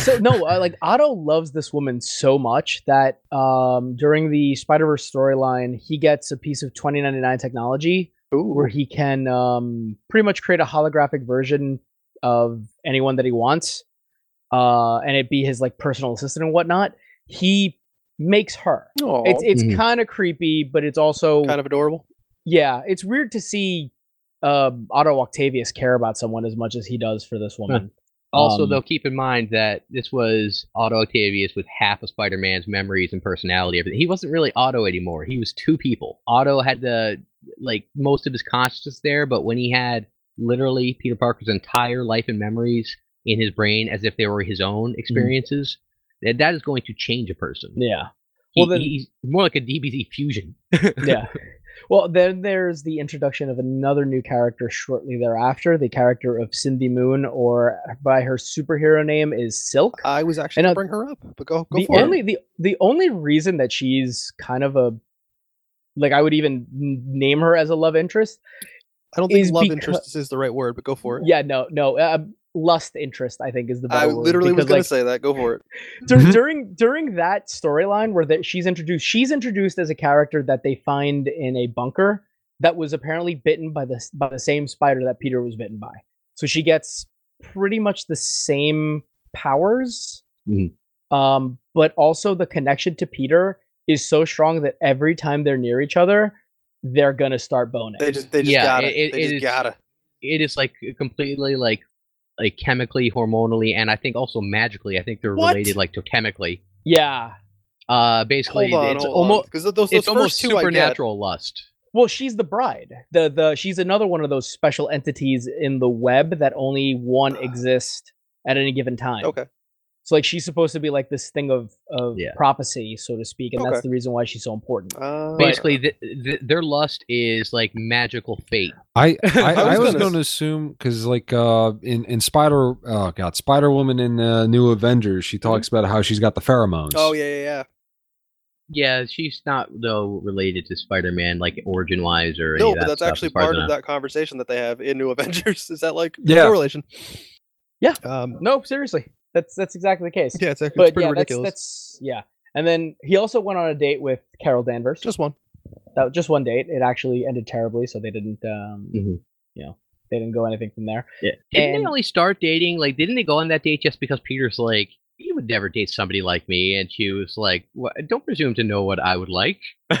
so no, uh, like Otto loves this woman so much that um, during the Spider Verse storyline, he gets a piece of 2099 technology where he can um, pretty much create a holographic version of anyone that he wants, uh, and it be his like personal assistant and whatnot. He makes her.
Aw,
It's it's
Mhm.
kind of creepy, but it's also
kind of adorable.
yeah, it's weird to see um, Otto Octavius care about someone as much as he does for this woman.
Also,
Um,
though, keep in mind that this was Otto Octavius with half of Spider Man's memories and personality. Everything. He wasn't really Otto anymore. He was two people. Otto had the, like, most of his consciousness there, but when he had literally Peter Parker's entire life and memories in his brain as if they were his own experiences, that, that is going to change a person.
Mm. Yeah,
He-
Well, then-
he's more like a DBZ fusion.
yeah. Well, then there's the introduction of another new character shortly thereafter. The character of Cindy Moon, or by her superhero name, is Silk.
I was actually
And, uh,
gonna bring her up, but go go
the
for
only
it.
the the only reason that she's kind of a like I would even n- name her as a love interest
I don't think
is
love
becau-
interest is the right word, but go for it.
Yeah, no, no. Uh, lust interest, I think, is the
I
better word,
literally was
because,
gonna
like,
say that. Go for it.
dur-
Mhm.
during during that storyline where that she's introduced, she's introduced as a character that they find in a bunker that was apparently bitten by the s- by the same spider that Peter was bitten by. So she gets pretty much the same powers,
Mhm.
um, but also the connection to Peter is so strong that every time they're near each other, they're gonna start boning.
They just they just
Yeah,
gotta.
it-
they
it
just
is-
gotta.
It is, like, completely, like, like chemically, hormonally, and I think also magically. I think they're
What?
related, like, totemically.
yeah.
Uh, basically,
Hold on,
it's
hold
almost
because those, those
it's
first
almost
two I get,
supernatural lust.
Well, she's the bride. The the she's another one of those special entities in the web that only one
Ah.
exists at any given time.
Okay.
So like she's supposed to be like this thing of of
Yeah.
prophecy, so to speak, and that's
Okay.
the reason why she's so important.
Uh,
Basically, th th their lust is like magical fate.
<laughs> I I,
I
I
was
was
gonna
going to assume because like uh in in Spider oh god Spider Woman in uh, New Avengers she talks about how she's got the pheromones.
oh yeah, yeah, yeah.
Yeah, she's not though related to Spider-Man like origin wise or any
No,
of
but
that
that's
stuff,
actually
as far as
part
I
of
know.
that conversation that they have in New <laughs> Avengers. Is that like
Yeah.
correlation?
Yeah.
Um.
No, seriously. That's that's exactly the case.
Yeah, it's, it's
but
pretty
yeah,
ridiculous.
that's that's yeah. And then he also went on a date with Carol Danvers.
Just one.
that just one date. It actually ended terribly, so they didn't um
Mm-hmm.
Mhm.
you know, they didn't go anything from there.
Yeah. Didn't
And-
they only start dating? Like, didn't they go on that date just because Peter's like, he would never date somebody like me, and she was like, "Wha- don't presume to know what I would like.
I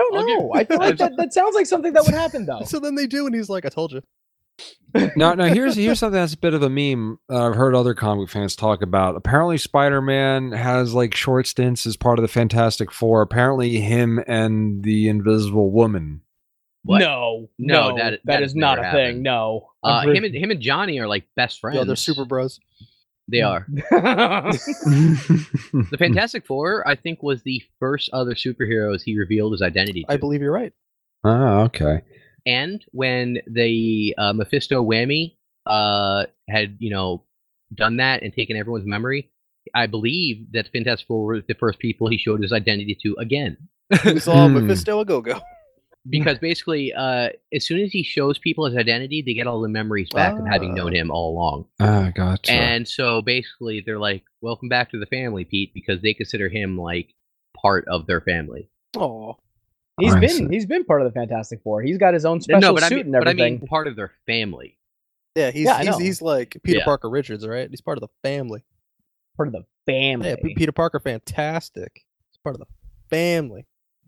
don't
I'll give-
know. I feel like that, that sounds like something that would happen though.
So then they do, and he's like, "I told you."
Now, now here's here's something that's a bit of a meme that I've heard other comic fans talk about. Apparently, Spider Man has like short stints as part of the Fantastic Four. Apparently, him and the Invisible Woman.
What?
No,
No,
no,
that- that
that
has
is not a
never happened.
thing. No,
Uh, him and him and Johnny are like best friends.
Yeah, they're super Mm. bros.
They are.
<laughs> and
The
<laughs>
Fantastic Four, I think, was the first other superheroes he revealed his identity to.
<laughs>
I believe you're right.
oh, okay.
end when the uh, Mephisto whammy uh, had you know done that and taken everyone's memory, I believe that Fantastic Four were the first people he showed his identity to again.
Mm-hmm.
we saw
Hmm.
Mephisto a go go.
Because basically, uh, as soon as he shows people his identity, they get all the memories back of having known him all along.
Ah, gotcha.
And so basically, they're like, "Welcome back to the family, Pete," because they consider him like part of their family.
Oh,
He's
I see.
been he's been part of the Fantastic Four. He's got his own special
no, but
suit
I mean,
and
but I
everything.
mean, part of their family.
yeah, he's
Yeah, I
he's,
know.
he's like Peter
Yeah.
Parker Richards, all right? He's part of the family.
part of the family.
Yeah, P- Peter Parker, fantastic. He's part of the family.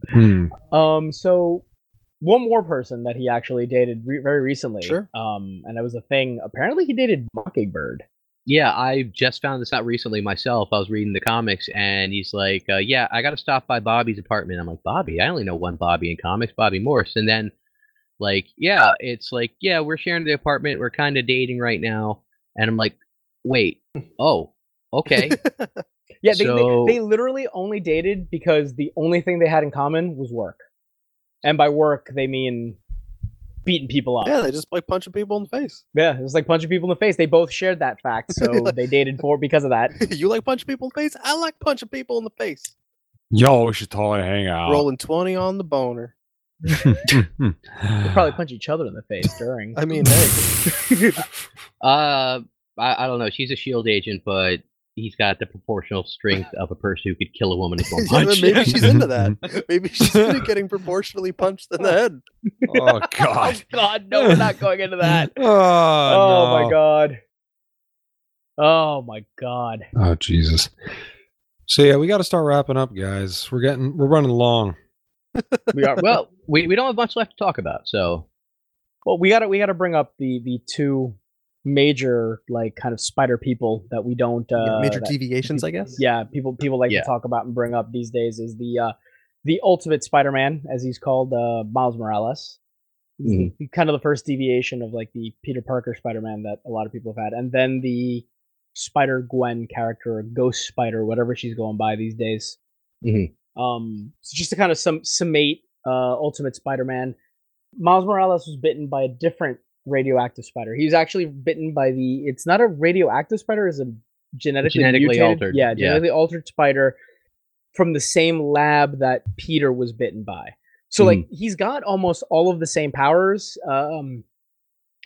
Hmm.
Um, so one more person that he actually dated re- very recently.
Sure.
Um, and it was a thing. Apparently, he dated Mockingbird.
Yeah, I just found this out recently myself. I was reading the comics, and he's like, uh, "Yeah, I got to stop by Bobby's apartment." I'm like, "Bobby? I only know one Bobby in comics, Bobby Morse." And then, like,
Uh
yeah, it's like, yeah, we're sharing the apartment. We're kind of dating right now, and I'm like,
<laughs>
"Wait, oh, okay."
Yeah, they,
So-
they they literally only dated because the only thing they had in common was work, and by work they mean beating people up.
Yeah, they just like punching people in the face. <laughs>
Yeah, it was like punching people in the face. They both shared that
<laughs>
fact, so they dated for because of that.
you like punching people in the face? I like punching people in the face.
Yo, we should totally hang out. Hmm,
Rolling 20 on the boner.
They
<sighs>
probably punch each other in the face during.
I mean,
<laughs>
hey.
Uh, I, I don't know. She's a shield agent, but he's got the proportional
<laughs>
strength of a person who could kill a woman in
<laughs>
one
Yeah,
punch.
but maybe she's into
<laughs>
that. Maybe she's into getting proportionally punched in the head.
oh God.
God, no, we're not going
<laughs>
<laughs>
into <laughs> that.
Oh,
oh
no.
my god. Oh my god.
Oh Jesus. So yeah, we got to start wrapping up, guys. We're getting we're running long.
We are
<laughs>
well. <laughs>
well, we, we don't have much left to talk about, so
Well, we gotta we gotta bring up the the two major like kind of spider people that we don't uh,
Yeah, major
that-
deviations, I guess.
yeah people people like
Yeah.
to talk about and bring up these days is the uh the ultimate Spider-Man as he's called uh, Miles Morales. He's
Mm-hmm.
the- Kind of the first deviation of like the Peter Parker Spider-Man that a lot of people have had, and then the Spider Gwen character, or Ghost Spider, whatever she's going by these days.
Mhm.
Um, so just to kind of sum summate uh, Ultimate Spider-Man, Miles Morales was bitten by a different radioactive spider. He was actually bitten by the. It's not a radioactive spider; it's a genetically,
Genetically
mutated-
altered,
Yeah,
yeah.
genetically altered spider from the same lab that Peter was bitten by. So like
Hmm.
he's got almost all of the same powers. Um,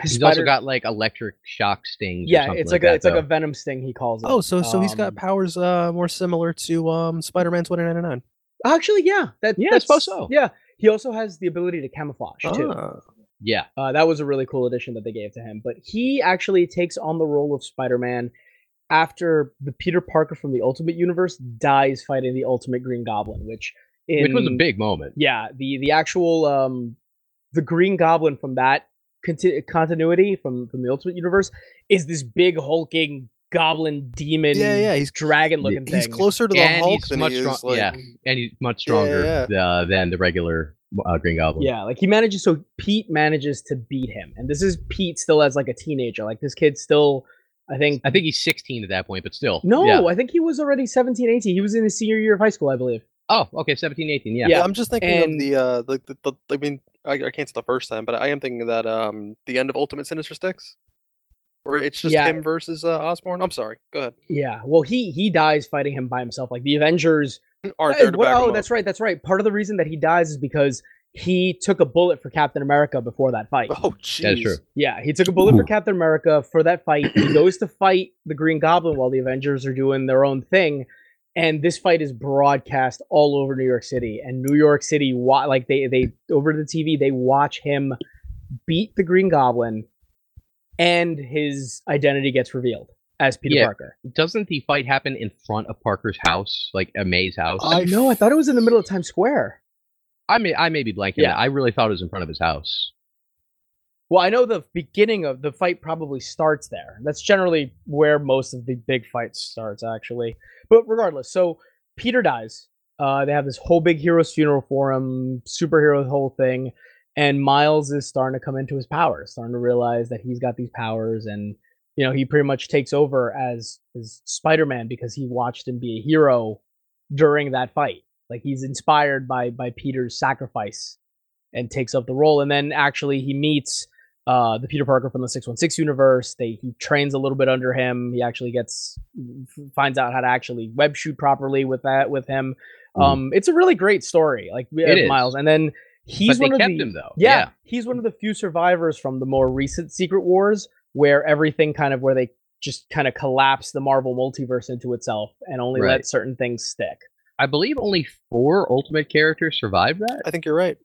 his
he's also
spider-
got like electric shock stings. or
<laughs> yeah,
something
it's like, a
that,
it's like a
though.
venom sting. He calls it.
Oh, so so he's got
Um,
powers uh more similar to um Spider-Man 2099.
Um, Actually, yeah, that,
Yeah, I
that's
suppose so.
Yeah, he also has the ability to camouflage too.
Ah.
yeah.
Uh, that was a really cool addition that they gave to him. But he actually takes on the role of Spider-Man after the Peter Parker from the Ultimate Universe dies fighting the Ultimate Green Goblin, which in,
Which was a big moment.
yeah the the actual um the Green Goblin from that conti- continuity from from the Ultimate Universe is this big hulking goblin demon
Yeah, yeah, he's
dragon
he-
looking thing.
He's closer to the
And
Hulk
he's
than
much
he is
strong-
like
yeah. And he's much stronger
Yeah,
Uh, than the regular uh, Green Goblin.
Yeah, like he manages. So Pete manages to beat him, and this is Pete still as like a teenager. Like this kid still, I think.
I think he's 16 at that point, but still.
no,
Yeah.
I think he was already 17, 18. He was in his senior year of high school, I believe.
Oh, okay, 17, 18. Yeah.
Yeah, I'm just thinking of
and-
the uh the, the, the I mean I, I can't say the first time, but I am thinking of that um the end of Ultimate Sinister Six. Where it's just
Yeah.
him versus uh, Osborn. I'm sorry. Go ahead.
Yeah. Well, he he dies fighting him by himself. Like the Avengers.
Aren't
Hey,
there to
what-
back him
oh,
up.
that's right. That's right. Part of the reason that he dies is because he took a bullet for Captain America before that fight.
Oh, jeez.
That's true.
Yeah, he took a bullet
Ooh.
for Captain America for that fight. He goes to fight the Green Goblin while the Avengers are doing their own thing, and this fight is broadcast all over New York City. And New York City, wa- like they they over the TV, they watch him beat the Green Goblin, and his identity gets revealed as Peter
Yeah.
Parker.
Doesn't the fight happen in front of Parker's house, like a May's house?
I know. I thought it was in the middle of Times Square.
I may I may be blanking.
Yeah.
I really thought it was in front of his house.
Well, I know the beginning of the fight probably starts there. That's generally where most of the big fights starts, actually. But regardless, so Peter dies. Uh, they have this whole big hero's funeral for him, superhero whole thing, and Miles is starting to come into his powers, starting to realize that he's got these powers, and you know he pretty much takes over as as Spider-Man because he watched him be a hero during that fight. Like he's inspired by by Peter's sacrifice and takes up the role. And then actually he meets uh, the Peter Parker from the 616 universe. They he trains a little bit under him. He actually gets finds out how to actually web shoot properly with that with him. Um, it's a really great story, like we-
Mm-hmm. It
of
is.
Miles. And then he's
but they
one of
kept
the
him though.
yeah, he's one of the few survivors from the more recent Secret Wars where everything kind of where they just kind of collapse the Marvel multiverse into itself and only
Right.
let certain things stick.
I believe only four Ultimate characters survived that.
I think you're right.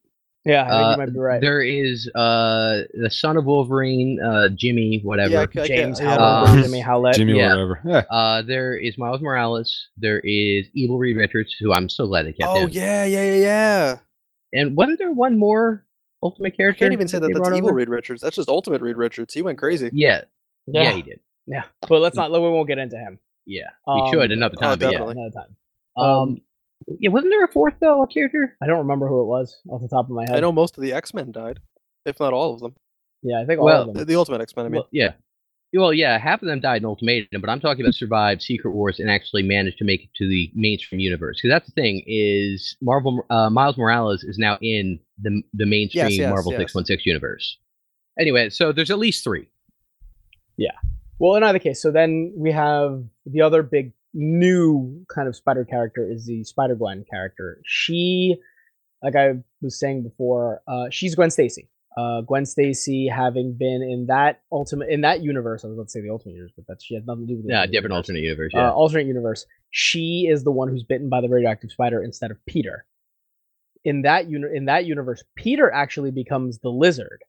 Yeah, I think
Uh,
you might be right.
There is uh the son of Wolverine, uh Jimmy, whatever.
Yeah, I c- I
James
can't-
Howlett,
Uh,
or Jimmy Howlett.
Jimmy
yeah.
whatever. Yeah.
Uh, there is Miles Morales. There is Evil Reed Richards, who I'm so glad they kept
Oh
in.
yeah, yeah, yeah, yeah.
And wasn't there one more Ultimate
I
character?
can't even say
they
that that's
brought
evil
over?
Reed Richards. That's just ultimate Reed Richards. He went crazy.
Yeah, yeah,
Yeah.
he did.
yeah, but let's not. We won't get into him.
Yeah,
Um,
he should another
oh,
time. but yeah.
definitely.
Another time.
Um, yeah, wasn't there a fourth though a character?
I don't remember who it was off the top of my head.
I know most of the X Men died, if not all of them.
Yeah, I think all
Well,
of
The,
them.
the Ultimate X Men. I mean,
Well, yeah. Well, yeah, half of them died in Ultimatum, but I'm talking about survived Secret Wars and actually managed to make it to the mainstream universe. Because that's the thing is Marvel uh, Miles Morales is now in the the mainstream
yes,
Marvel
yes.
616 universe. Anyway, so there's at least three.
Well, in either case, so then we have the other big new kind of spider character is the Spider Gwen character. She, like I was saying before, uh, she's Gwen Stacy. Uh, Gwen Stacy, having been in that ultimate in that universe, I was about to say the ultimate universe, but that she has nothing to do with the
Yeah,
Ultimate
different
Universe.
alternate universe.
uh,
Yeah.
alternate universe, she is the one who's bitten by the radioactive spider instead of Peter. In that uni- in that universe, Peter actually becomes the lizard,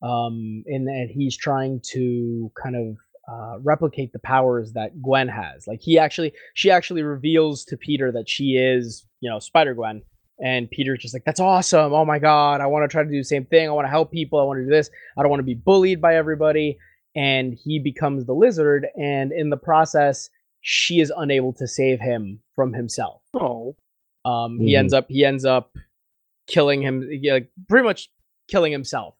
um, and and he's trying to kind of uh, replicate the powers that Gwen has. Like he actually, she actually reveals to Peter that she is, you know, Spider Gwen, and Peter's just like, "That's awesome! Oh my god, I want to try to do the same thing. I want to help people. I want to do this. I don't want to be bullied by everybody." And he becomes the lizard, and in the process, she is unable to save him from himself.
oh,
Um, he ends up he ends up killing him, yeah, like, pretty much killing himself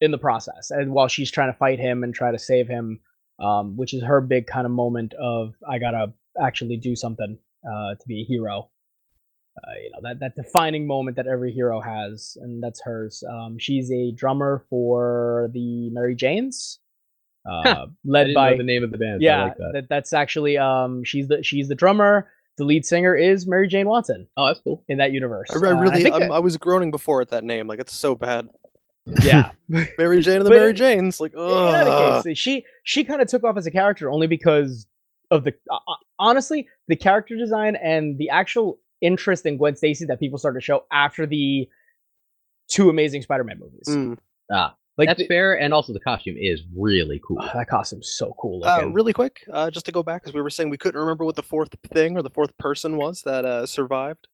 in the process, and while she's trying to fight him and try to save him, um, which is her big kind of moment of I gotta actually do something uh, to be a hero. Uh, you know that that defining moment that every hero has, and that's hers. Um, she's a drummer for the Mary Janes,
<laughs>
Um,
uh, led by
name of the band.
yeah, that. that's actually um she's the she's the drummer. The lead singer is Mary Jane Watson. Oh, that's cool. In that universe,
I, re- I
Uh,
really,
think
I, am
that-
I was groaning before at that name. Like it's so bad.
yeah.
Mary Jane and the
But-
Mary Janes. Like,
<laughs> In any
ugh.
case, she she kind of took off as a character only because of the uh, uh, honestly the character design and the actual interest in Gwen Stacy that people started to show after the two amazing Spider-Man movies.
Mm.
Like
That's
the-
fair, and also the costume is really
<sighs>
cool.
Oh, that costume's so cool
Uh,
looking.
really quick, uh, just to go back, because we were saying we couldn't remember what the fourth thing or the fourth person was that uh, survived.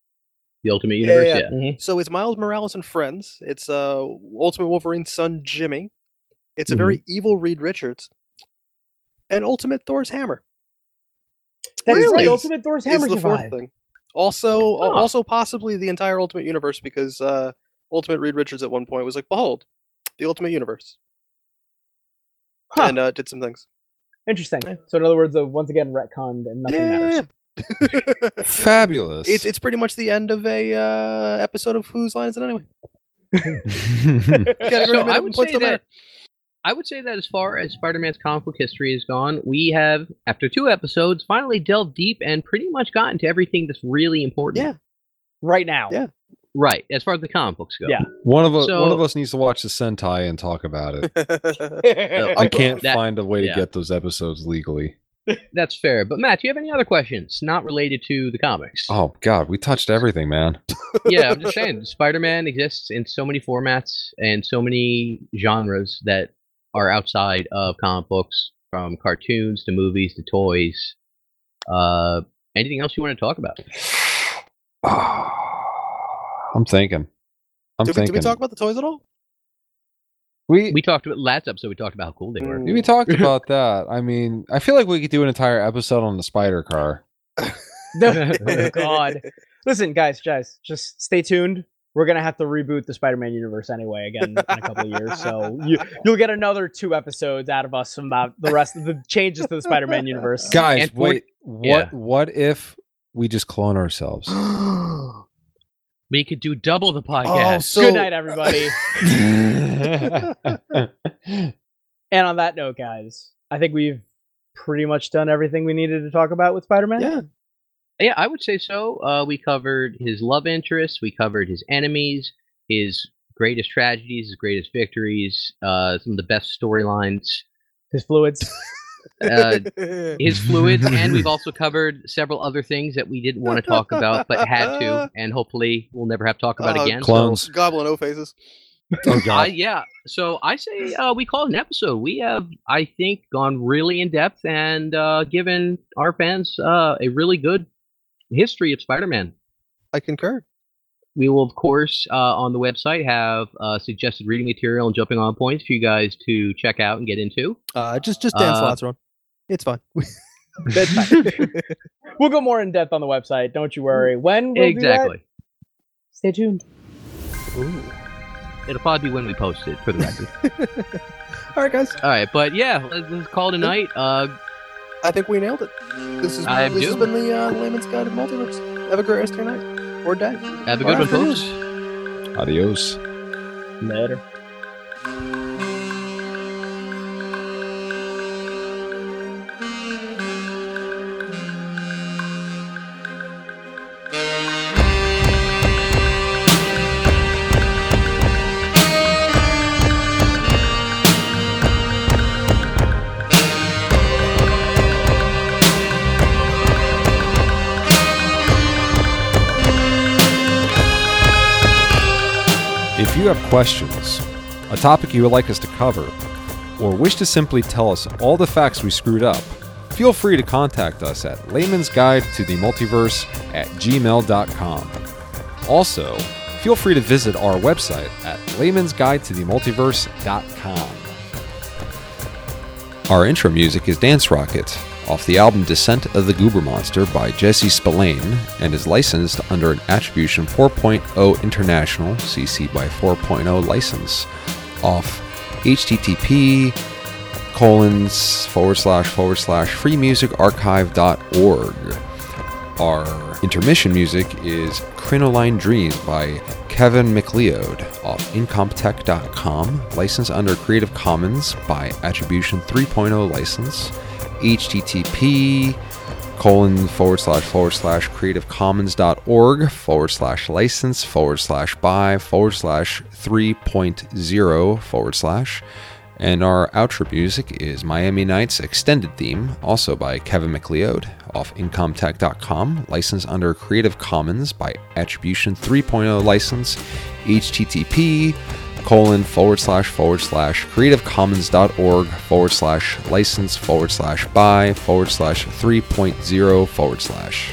The Ultimate
Yeah,
Universe,
yeah.
yeah.
Mm-hmm.
So it's Miles Morales and friends. It's uh, Ultimate Wolverine's son Jimmy. It's a very
Mm-hmm.
evil Reed Richards, and Ultimate Thor's hammer
That is
really
the Ultimate Thor's hammer
is the fourth
survived.
thing. Also, al-
Huh.
also possibly the entire Ultimate Universe because uh, Ultimate Reed Richards at one point was like, "Behold, the Ultimate Universe,"
Huh.
and uh, did some things.
Interesting.
Yeah.
So in other words, uh, once again retconned and nothing matters.
<laughs>
Fabulous.
it's it's pretty much the end of a uh, episode of Whose Line Is It Anyway?
<laughs>
<laughs>
Category
so
made
I
up
would
and points
say
don't matter.
that I would say that as far as Spider-Man's comic book history is gone, we have after two episodes finally delved deep and pretty much gotten to everything that's really important.
Yeah.
right now. <laughs>
Yeah.
Right, as far as the comic books go.
Yeah.
one of us
So-
one of us needs to watch the Sentai and talk
<laughs>
about it.
So,
I can't
that-
find a way
yeah.
to get those episodes legally.
That's fair. But Matt, do you have any other questions not related to the comics?
Oh god, we touched everything, man. <sighs>
yeah, I'm just saying Spider-Man exists in so many formats and so many genres that are outside of comic books, from cartoons to movies to toys. Uh anything else you want to talk about?
I'm thinking. I'm
did, we,
thinking.
did we talk about the toys at all?
we,
We talked about last episode we talked about how cool they were. <laughs>
we talked about that. I mean, I feel like we could do an entire episode on the spider car.
<laughs> <laughs> oh <gasps> God! Listen, guys, guys, just stay tuned. We're gonna have to reboot the Spider-Man universe anyway again in a couple of years, so you, you'll get another two episodes out of us about the rest of the changes to the Spider-Man universe.
Guys,
And for-
wait.
yeah. <laughs>
<laughs> What what if we just clone ourselves?
We could do double the
Oh,
podcast.
so-
Good night, everybody.
<laughs>
<laughs>
Oh, yeah,
and on that note, guys, I think we've pretty much done everything we needed to talk about with Spider-Man.
Yeah, I would say so. Uh, we covered his love interests, we covered his enemies, his greatest tragedies, his greatest victories, uh, some of the best storylines,
His fluids.
uh, his fluids, and we've also covered several other things that we didn't want to talk about but had to, and hopefully we'll never have to talk about
Uh,
again. So-
<laughs>
clones.
Goblin O faces.
Oh
I-
god.
yeah. So I say uh, we call it an episode. We have, I think, gone really in depth and uh, given our fans uh, a really good history of Spider-Man.
I concur.
We will, of course, uh, on the website have uh, suggested reading material and jumping on points for you guys to check out and get into.
Uh, just just
Uh,
dance uh, on. It's fine. <laughs> That's
<laughs>
fine. <laughs>
We'll go more in depth on the website. Don't you worry. When we'll do that,
exactly.
stay tuned.
It'll probably be when we post it, for the record.
All right, guys.
All right, but yeah, let's, let's call it a night. Uh,
I think we nailed it. This, is,
I
this has
do.
been the uh, Layman's Guide to Multiverse. Have a great rest of your night or day.
have a good one, folks.
Adios.
Later.
If you have questions, a topic you would like us to cover, or wish to simply tell us all the facts we screwed up, feel free to contact us at layman's guide to the multiverse at gmail.com. Also, feel free to visit our website at layman's guide to the multiverse.com. Our intro music is Dance Rocket off the album Descent of the Goober Monster by Jesse Spillane and is licensed under an Attribution 4.0 International CC by 4.0 license off http colons forward slash forward slash freemusicarchive.org. Our intermission music is Crinoline Dreams by Kevin McLeod off Incomptech.com, licensed under Creative Commons by Attribution 3.0 license, http colon forward slash forward slash creativecommons.org forward slash license forward slash by forward slash 3.0 forward slash and our outro music is Miami Nights Extended Theme, also by Kevin McLeod, off Incomtech.com, licensed under Creative Commons by Attribution 3.0 license, http colon forward slash forward slash creativecommons.org forward slash license forward slash by forward slash 3.0 forward slash.